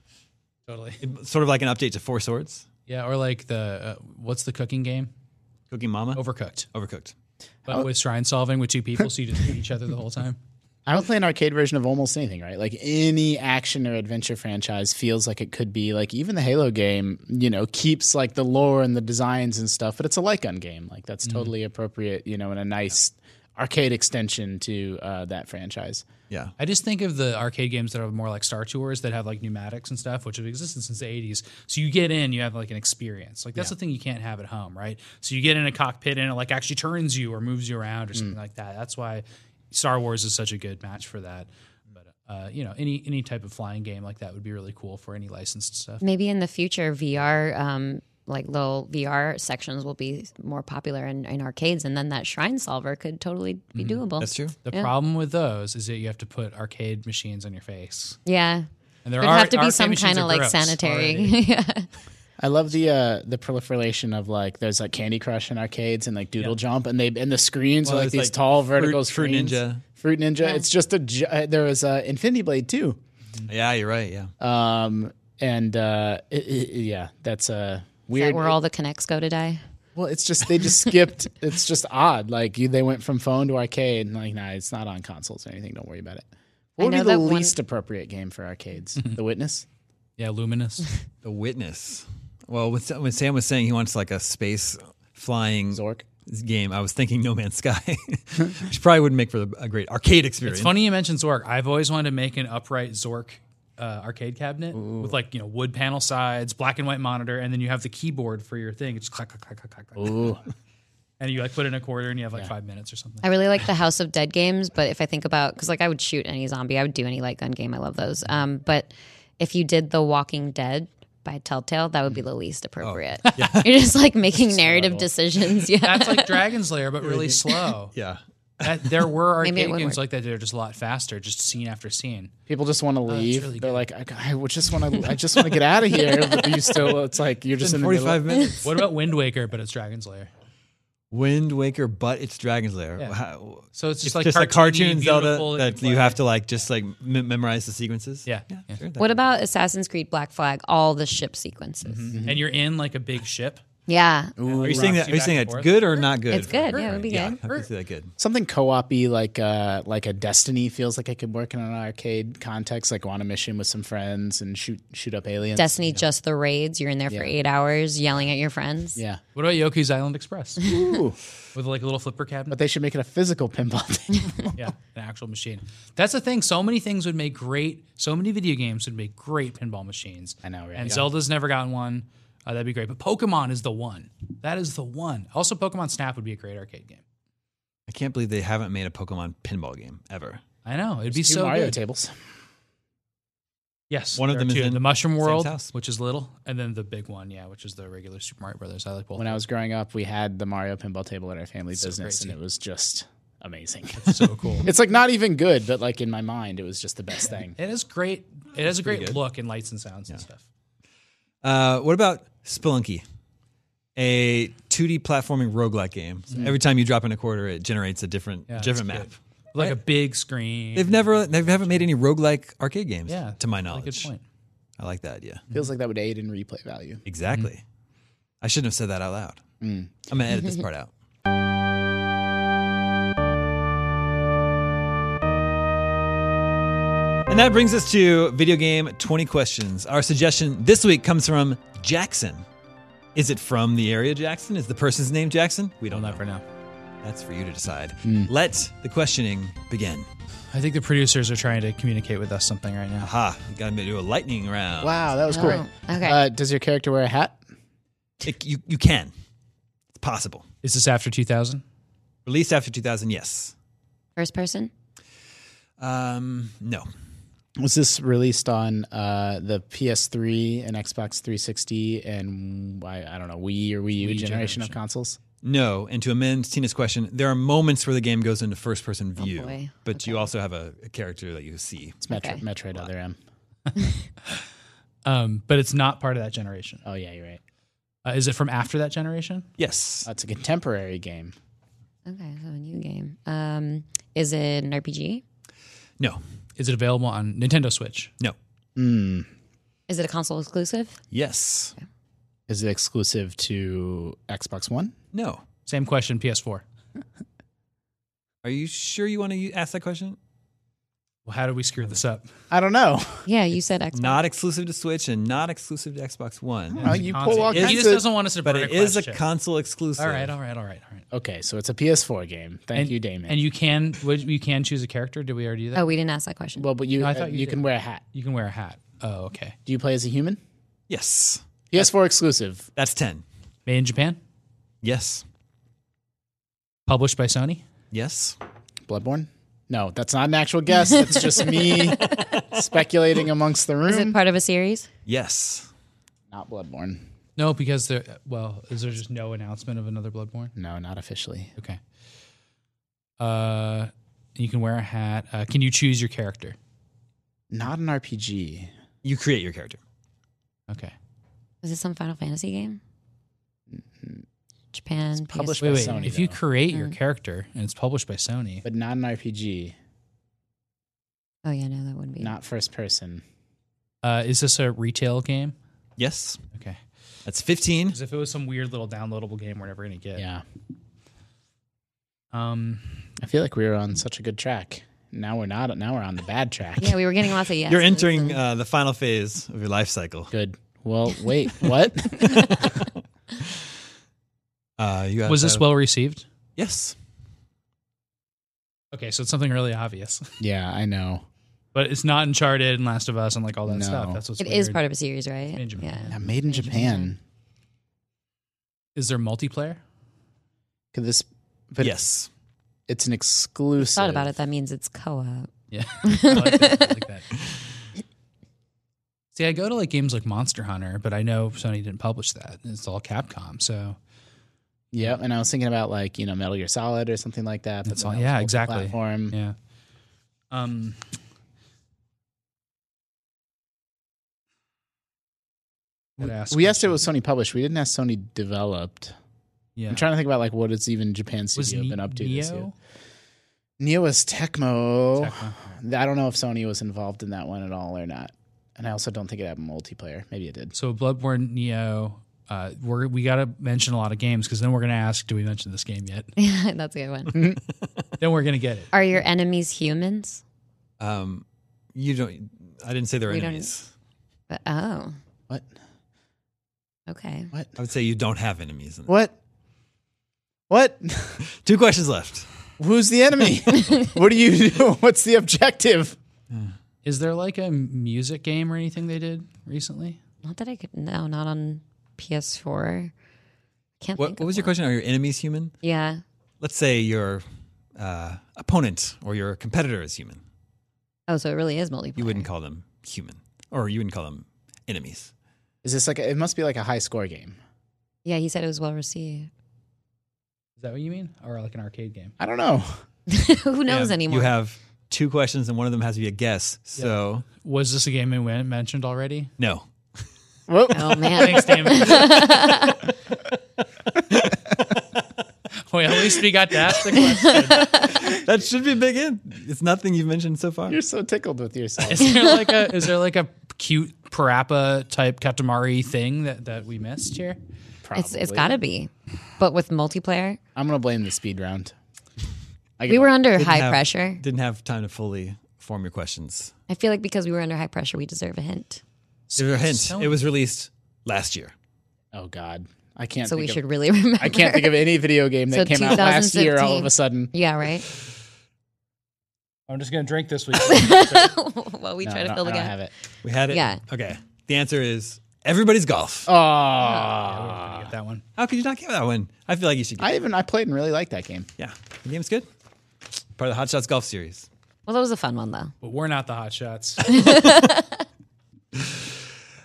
Speaker 5: Totally.
Speaker 1: sort of like an update to Four Swords,
Speaker 5: Yeah, or like the uh, what's the cooking game?
Speaker 1: Cooking Mama,
Speaker 5: Overcooked,
Speaker 1: Overcooked.
Speaker 5: but with shrine solving with two people, so you just eat each other the whole time.
Speaker 6: I would play an arcade version of almost anything, right? Like any action or adventure franchise feels like it could be like even the Halo game, you know, keeps like the lore and the designs and stuff, but it's a light gun game. Like that's
Speaker 5: Mm-hmm.
Speaker 6: totally appropriate, you know, and a nice arcade extension to uh, that franchise.
Speaker 1: Yeah,
Speaker 5: I just think of the arcade games that are more like Star Tours that have like pneumatics and stuff, which have existed since the 80s. So you get in, you have like an experience. Like that's the thing you can't have at home, right? So you get in a cockpit and it like actually turns you or moves you around or something like that. That's why Star Wars is such a good match for that. But uh, you know, any any type of flying game like that would be really cool for any licensed stuff.
Speaker 4: Maybe in the future, VR, um, like little VR sections, will be more popular in, in arcades, and then that shrine solver could totally be doable.
Speaker 1: Mm-hmm. that's true.
Speaker 5: The problem with those is that you have to put arcade machines on your face.
Speaker 4: Yeah,
Speaker 5: And there
Speaker 4: there'd
Speaker 5: are
Speaker 4: have to be
Speaker 5: arcade
Speaker 4: some
Speaker 5: machines
Speaker 4: kind
Speaker 5: are
Speaker 4: of like
Speaker 5: gross
Speaker 4: sanitary.
Speaker 5: already.
Speaker 4: yeah.
Speaker 6: I love the uh, the proliferation of like there's like Candy Crush in arcades and like Doodle Jump and they and the screens
Speaker 1: Well,
Speaker 6: are like
Speaker 1: it's
Speaker 6: these
Speaker 1: like
Speaker 6: tall
Speaker 1: Fruit-
Speaker 6: vertical
Speaker 1: Fruit
Speaker 6: screens.
Speaker 1: Ninja.
Speaker 6: Fruit Ninja. It's just a gi- uh, there was uh, Infinity Blade too.
Speaker 1: Yeah, you're right. Yeah,
Speaker 6: Um, and uh, i i yeah, that's uh, weird.
Speaker 4: where all the connects go to die.
Speaker 6: well, it's just they just skipped. It's just odd. Like you, they went from phone to arcade, and like nah, it's not on consoles or anything. Don't worry about it. What would be
Speaker 4: know
Speaker 6: the
Speaker 4: that one-
Speaker 6: least appropriate game for arcades? the Witness.
Speaker 5: Yeah, luminous.
Speaker 1: The Witness. Well, with, when Sam was saying he wants like a space flying
Speaker 6: Zork.
Speaker 1: game, I was thinking No Man's Sky, which probably wouldn't make for the, a great arcade experience.
Speaker 5: It's funny you mentioned Zork. I've always wanted to make an upright Zork uh, arcade cabinet with like you know wood panel sides, black and white monitor, and then you have the keyboard for your thing. It's clack clack clack clack clack. clack.
Speaker 6: Ooh.
Speaker 5: And you like put in a quarter, and you have like five minutes or something.
Speaker 4: I really like the House of Dead games, but if I think about, because like I would shoot any zombie, I would do any light gun game. I love those. Um, but if you did The Walking Dead by Telltale, that would be the
Speaker 1: Oh.
Speaker 4: least appropriate. You're just like making narrative decisions. Yeah.
Speaker 5: That's like Dragon's Lair, but really slow.
Speaker 1: Yeah.
Speaker 5: That, there were
Speaker 4: Maybe it
Speaker 5: arcade
Speaker 4: would
Speaker 5: games
Speaker 4: work.
Speaker 5: like that that are just a lot faster, just scene after scene.
Speaker 6: People just want to leave.
Speaker 5: Oh, really
Speaker 6: They're like, I, I would just want to. I just want to get out of here. But you still, it's like you're just in the middle.
Speaker 1: 45 minutes.
Speaker 5: What about Wind Waker, but it's Dragon's Lair?
Speaker 1: Wind Waker, but it's Dragon's Lair.
Speaker 5: Yeah.
Speaker 1: Wow.
Speaker 5: So it's
Speaker 1: It's
Speaker 5: just like
Speaker 1: just like
Speaker 5: cartoony,
Speaker 1: cartoon Zelda
Speaker 5: beautiful,
Speaker 1: that
Speaker 5: can
Speaker 1: you
Speaker 5: play.
Speaker 1: have to like just like m- memorize the sequences.
Speaker 5: Yeah. Yeah.
Speaker 1: sure, that-
Speaker 4: What about Assassin's Creed Black Flag? All the ship sequences.
Speaker 1: Mm-hmm.
Speaker 6: Mm-hmm.
Speaker 5: and you're in like a big ship.
Speaker 4: Yeah.
Speaker 1: Are you saying that? Are you
Speaker 5: back
Speaker 1: saying
Speaker 5: and
Speaker 1: that's
Speaker 5: forth.
Speaker 1: good or not good?
Speaker 4: It's good. Yeah, it would be
Speaker 1: Yeah,
Speaker 4: good.
Speaker 1: I could see that good.
Speaker 6: Something co-opy like uh like a Destiny feels like I could work in an arcade context, like go on a mission with some friends and shoot shoot up aliens.
Speaker 4: Destiny, just the raids. You're in there for eight hours yelling at your friends.
Speaker 6: yeah.
Speaker 5: What about Yoki's Island Express
Speaker 6: Ooh.
Speaker 5: with like a little flipper cabinet?
Speaker 6: But they should make it a physical pinball thing.
Speaker 5: yeah, an actual machine. That's the thing. So many things would make great. So many video games would make great pinball machines. I
Speaker 6: know, right?
Speaker 5: And
Speaker 6: Yeah.
Speaker 5: Zelda's never gotten one. Uh, that'd be great. But Pokemon is the one. That is the one. Also, Pokemon Snap would be a great arcade game.
Speaker 1: I can't believe they haven't made a Pokemon pinball game ever.
Speaker 5: I know it'd be
Speaker 6: Two
Speaker 5: so
Speaker 6: Mario
Speaker 5: good.
Speaker 6: tables.
Speaker 5: Yes,
Speaker 1: One of
Speaker 5: there are
Speaker 1: them is
Speaker 5: two.
Speaker 1: in
Speaker 5: the Mushroom
Speaker 1: Sam's
Speaker 5: World,
Speaker 1: house.
Speaker 5: which is little, and then the big one, yeah, which is the regular Super Mario Brothers. I like both.
Speaker 6: When I was growing up, we had the Mario pinball table at our family
Speaker 5: So
Speaker 6: business,
Speaker 5: crazy.
Speaker 6: and it was just amazing.
Speaker 5: so cool.
Speaker 6: it's like not even good, but like in my mind, it was just the best thing.
Speaker 5: It is great. It has a great look and lights and sounds and stuff.
Speaker 1: Uh, what about Spelunky? A 2D platforming roguelike game. So
Speaker 5: Mm.
Speaker 1: Every time you drop in a quarter, it generates a different different map.
Speaker 5: Like a big screen.
Speaker 1: They've never, they haven't made any roguelike arcade games,
Speaker 5: yeah,
Speaker 1: to my
Speaker 5: really
Speaker 1: knowledge.
Speaker 5: Good point.
Speaker 1: I like that idea.
Speaker 6: Feels like that would aid in replay value.
Speaker 1: Exactly.
Speaker 5: Mm-hmm.
Speaker 1: I shouldn't have said that out loud. I'm going to edit this part out. And that brings us to video game 20 questions. Our suggestion this week comes from Jackson. Is it from the area Jackson? Is the person's name Jackson? We don't know.
Speaker 5: Not for now.
Speaker 1: That's for you to decide. Let the questioning begin.
Speaker 5: I think the producers are trying to communicate with us something right now.
Speaker 1: Aha, you got to do a lightning round.
Speaker 6: Wow, that was cool.
Speaker 4: Oh, okay.
Speaker 6: Uh, does your character wear a hat?
Speaker 1: It- you, you can. It's possible.
Speaker 5: Is this after 2000?
Speaker 1: Released after 2000, yes.
Speaker 4: First person?
Speaker 1: Um, no.
Speaker 6: Was this released on uh, the PS3 and Xbox 360 and I, I don't know Wii or Wii U generation, of consoles?
Speaker 1: No, and to amend Tina's question, there are moments where the game goes into first person view,
Speaker 4: boy.
Speaker 1: but you also have a, a character that you see.
Speaker 6: It's Metro,
Speaker 4: Okay.
Speaker 6: Metroid Other M.
Speaker 5: Um, but it's not part of that generation.
Speaker 6: Oh yeah, you're right.
Speaker 5: Uh, is it from after that generation?
Speaker 1: Yes.
Speaker 6: That's a contemporary game.
Speaker 4: Okay, so a new game. Um, is it an RPG?
Speaker 1: No.
Speaker 5: Is it available on Nintendo Switch?
Speaker 1: No.
Speaker 4: Is it a console exclusive?
Speaker 1: Yes.
Speaker 6: Is it exclusive to Xbox One?
Speaker 1: No.
Speaker 5: Same question, PS4.
Speaker 1: Are you sure you want to ask that question?
Speaker 5: Well, how did we screw this up?
Speaker 6: I don't know.
Speaker 4: Yeah, you said Xbox.
Speaker 1: Not exclusive to Switch and not exclusive to Xbox
Speaker 5: Oh,
Speaker 1: One.
Speaker 6: Well, Oh, you pull all
Speaker 5: he
Speaker 1: Is-
Speaker 6: kinds
Speaker 5: just
Speaker 6: of-
Speaker 5: doesn't want us to
Speaker 1: But
Speaker 5: burn
Speaker 1: it is a
Speaker 5: question.
Speaker 1: console exclusive.
Speaker 5: all right, all right, all right, all right.
Speaker 6: Okay, so it's a PS4 game. Thank you, Damon.
Speaker 5: And you can would- you can choose a character. Did we already do that?
Speaker 4: Oh, we didn't ask that question.
Speaker 6: well, but you
Speaker 5: No, I
Speaker 6: uh,
Speaker 5: thought you
Speaker 6: you,
Speaker 5: did.
Speaker 6: can wear a hat.
Speaker 5: You can wear a hat. Oh, okay.
Speaker 6: Do you play as a human?
Speaker 1: Yes.
Speaker 6: PS4 exclusive.
Speaker 1: That's 10.
Speaker 5: Made in Japan.
Speaker 1: Yes.
Speaker 5: Published by Sony.
Speaker 1: Yes.
Speaker 6: Bloodborne? No, that's not an actual guess. That's just me speculating amongst the room.
Speaker 4: is it part of a series?
Speaker 1: Yes.
Speaker 6: not Bloodborne.
Speaker 5: No, because there. Well, is there just no announcement of another Bloodborne?
Speaker 6: No, not officially.
Speaker 5: Okay. Uh, you can wear a hat. Uh, can you choose your character?
Speaker 6: Not an RPG.
Speaker 1: You create your character.
Speaker 5: Okay.
Speaker 4: Is it some Final Fantasy game? Japan.
Speaker 6: published
Speaker 4: PS4.
Speaker 6: by
Speaker 5: Wait, wait.
Speaker 6: Sony,
Speaker 5: if you
Speaker 6: though.
Speaker 5: create your
Speaker 4: Mm.
Speaker 5: character and it's published by Sony,
Speaker 6: But not an RPG.
Speaker 4: Oh yeah, no, that wouldn't be.
Speaker 6: Not first person.
Speaker 5: uh, is this a retail game?
Speaker 1: Yes.
Speaker 5: Okay.
Speaker 1: That's 15.
Speaker 5: Because if it was some weird little downloadable game, we're never gonna get.
Speaker 6: Yeah.
Speaker 5: Um.
Speaker 6: I feel like we were on such a good track. Now we're not now we're on the bad track.
Speaker 4: Yeah, we were getting lots of yes.
Speaker 1: You're entering uh, the final phase of your life cycle.
Speaker 6: Good. Well, wait, what?
Speaker 1: Uh, you got,
Speaker 5: Was this
Speaker 1: uh,
Speaker 5: well received?
Speaker 1: Yes.
Speaker 5: Okay, so it's something really obvious,
Speaker 6: yeah, I know.
Speaker 5: but it's not Uncharted and Last of Us and like all that
Speaker 6: No.
Speaker 5: stuff. That's what's
Speaker 4: It is
Speaker 5: weird.
Speaker 4: part of a series, right?
Speaker 5: in Japan.
Speaker 4: Yeah.
Speaker 6: Yeah, made in Japan.
Speaker 5: Is there multiplayer?
Speaker 6: Could this but
Speaker 1: yes.
Speaker 6: it's an exclusive.
Speaker 4: Thought about it. That means it's co-op.
Speaker 5: Yeah, I like that. I like that. See, I go to like games like Monster Hunter, but I know Sony didn't publish that. It's all Capcom, so
Speaker 6: Yep, and I was thinking about like you know Metal Gear Solid or something like that. but
Speaker 5: That's
Speaker 6: then
Speaker 5: all-
Speaker 6: that was
Speaker 5: yeah, exactly.
Speaker 6: multi-platform.
Speaker 5: yeah. Um, Gotta ask
Speaker 6: We asked it
Speaker 5: questions.
Speaker 6: was Sony published. We didn't ask Sony developed.
Speaker 5: Yeah,
Speaker 6: I'm trying to think about like what it's even Japan
Speaker 5: was
Speaker 6: studio been up to
Speaker 5: Neo?
Speaker 6: this year. Neo is Tecmo.
Speaker 5: Tecmo.
Speaker 6: I don't know if Sony was involved in that one at all or not. And I also don't think it had multiplayer. Maybe it did.
Speaker 5: So Bloodborne, Neo. Uh, we're, we got to mention a lot of games because then we're going to ask, do we mention this game yet?
Speaker 4: That's a good one.
Speaker 5: then we're going to get it.
Speaker 4: Are your enemies humans?
Speaker 1: Um, you don't. I didn't say there were
Speaker 4: We don't-
Speaker 1: enemies.
Speaker 4: But, oh,
Speaker 6: What?
Speaker 4: okay.
Speaker 6: What?
Speaker 1: I would say you don't have enemies. In
Speaker 6: What? What?
Speaker 1: Two questions left.
Speaker 6: Who's the enemy? what do you do? What's the objective?
Speaker 5: Is there like a music game or anything they did recently?
Speaker 4: Not that I could. No, not on PS4. Can't.
Speaker 1: What, what
Speaker 4: think of
Speaker 1: was your
Speaker 4: one.
Speaker 1: question? Are your enemies human?
Speaker 4: Yeah.
Speaker 1: Let's say your uh, opponent or your competitor is human.
Speaker 4: Oh, so it really is multiplayer.
Speaker 1: You wouldn't call them human, or you wouldn't call them enemies.
Speaker 6: Is this like a, it must be like a high score game?
Speaker 4: Yeah, he said it was well received.
Speaker 5: Is that what you mean? Or like an arcade game?
Speaker 6: I don't know.
Speaker 4: Who knows
Speaker 1: Yeah,
Speaker 4: anymore?
Speaker 1: You have two questions, and one of them has to be a guess. So
Speaker 5: Was this a game we went- mentioned already?
Speaker 1: no,
Speaker 6: Whoa.
Speaker 4: oh man.
Speaker 5: Thanks, Damon. Wait, at least we got to ask the question.
Speaker 1: that should be a big in. It's nothing you've mentioned so far.
Speaker 6: You're so tickled with yourself.
Speaker 5: Is there like a is there like a cute Parappa type Katamari thing that, that we missed here?
Speaker 4: It's it's got to be, but with multiplayer,
Speaker 6: I'm gonna blame the speed round. I
Speaker 4: we were under high
Speaker 1: have-
Speaker 4: pressure.
Speaker 1: Didn't have time to fully form your questions.
Speaker 4: I feel like because we were under high pressure, we deserve a hint.
Speaker 1: Give you a hint.
Speaker 5: So-
Speaker 1: It was released last year.
Speaker 6: Oh God, I can't.
Speaker 4: So
Speaker 6: think
Speaker 4: we
Speaker 6: of,
Speaker 4: should really remember.
Speaker 6: I can't think of any video game that
Speaker 4: So
Speaker 6: came out last year all of
Speaker 4: 2015.
Speaker 6: a sudden.
Speaker 4: Yeah, right.
Speaker 5: I'm just gonna drink this week.
Speaker 4: well, we
Speaker 6: No,
Speaker 4: try
Speaker 6: I
Speaker 4: to
Speaker 6: don't-
Speaker 4: fill the
Speaker 6: I don't
Speaker 4: gap.
Speaker 6: have it.
Speaker 1: We had it.
Speaker 4: Yeah.
Speaker 1: Okay. The answer is everybody's golf.
Speaker 6: Oh,
Speaker 5: that one.
Speaker 1: How could you not get that one? I feel like you should get.
Speaker 6: I even I played and really liked that game.
Speaker 1: yeah, the game's good. Part of the Hot Shots Golf Series.
Speaker 4: Well, that was a fun one though.
Speaker 5: But we're not the hot shots.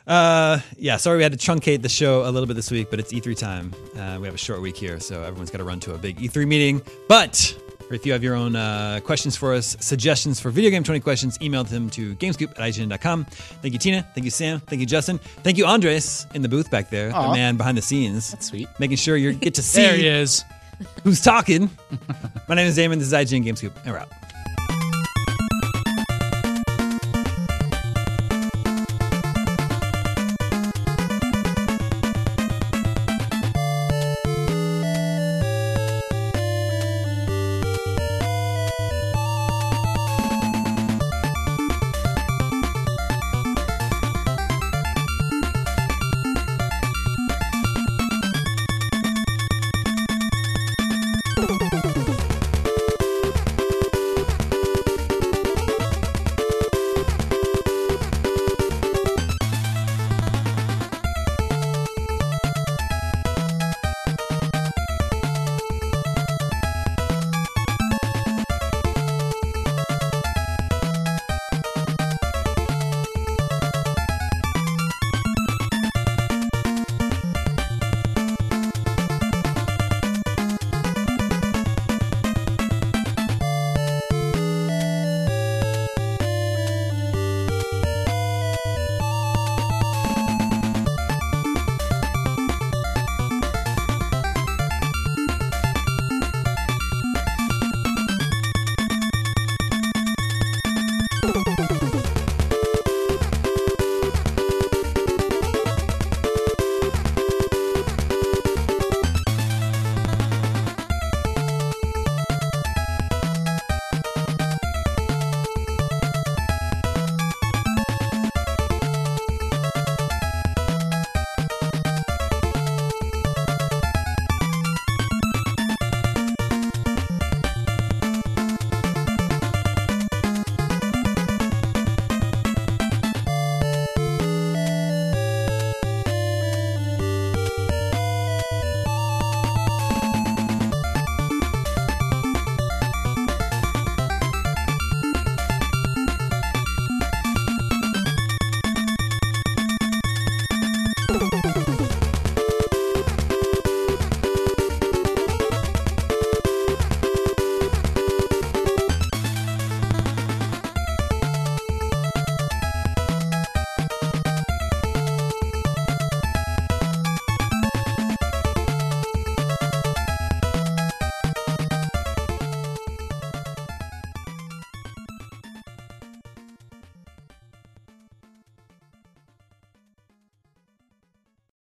Speaker 1: Uh, yeah, sorry we had to truncate the show a little bit this week, but it's E3 time. Uh, we have a short week here, so everyone's got to run to a big E3 meeting. But if you have your own uh, questions for us, suggestions for Video Game 20 questions, email them to gamescoop at IGN.com. Thank you, Tina. Thank you, Sam. Thank you, Justin. Thank you, Andres, in the booth back there, the
Speaker 6: Aw.
Speaker 1: man behind the scenes.
Speaker 6: That's sweet.
Speaker 1: Making sure you get to
Speaker 5: there he
Speaker 1: see
Speaker 5: is.
Speaker 1: who's talking. My name is Damon. This is IGN Gamescoop, and we're out.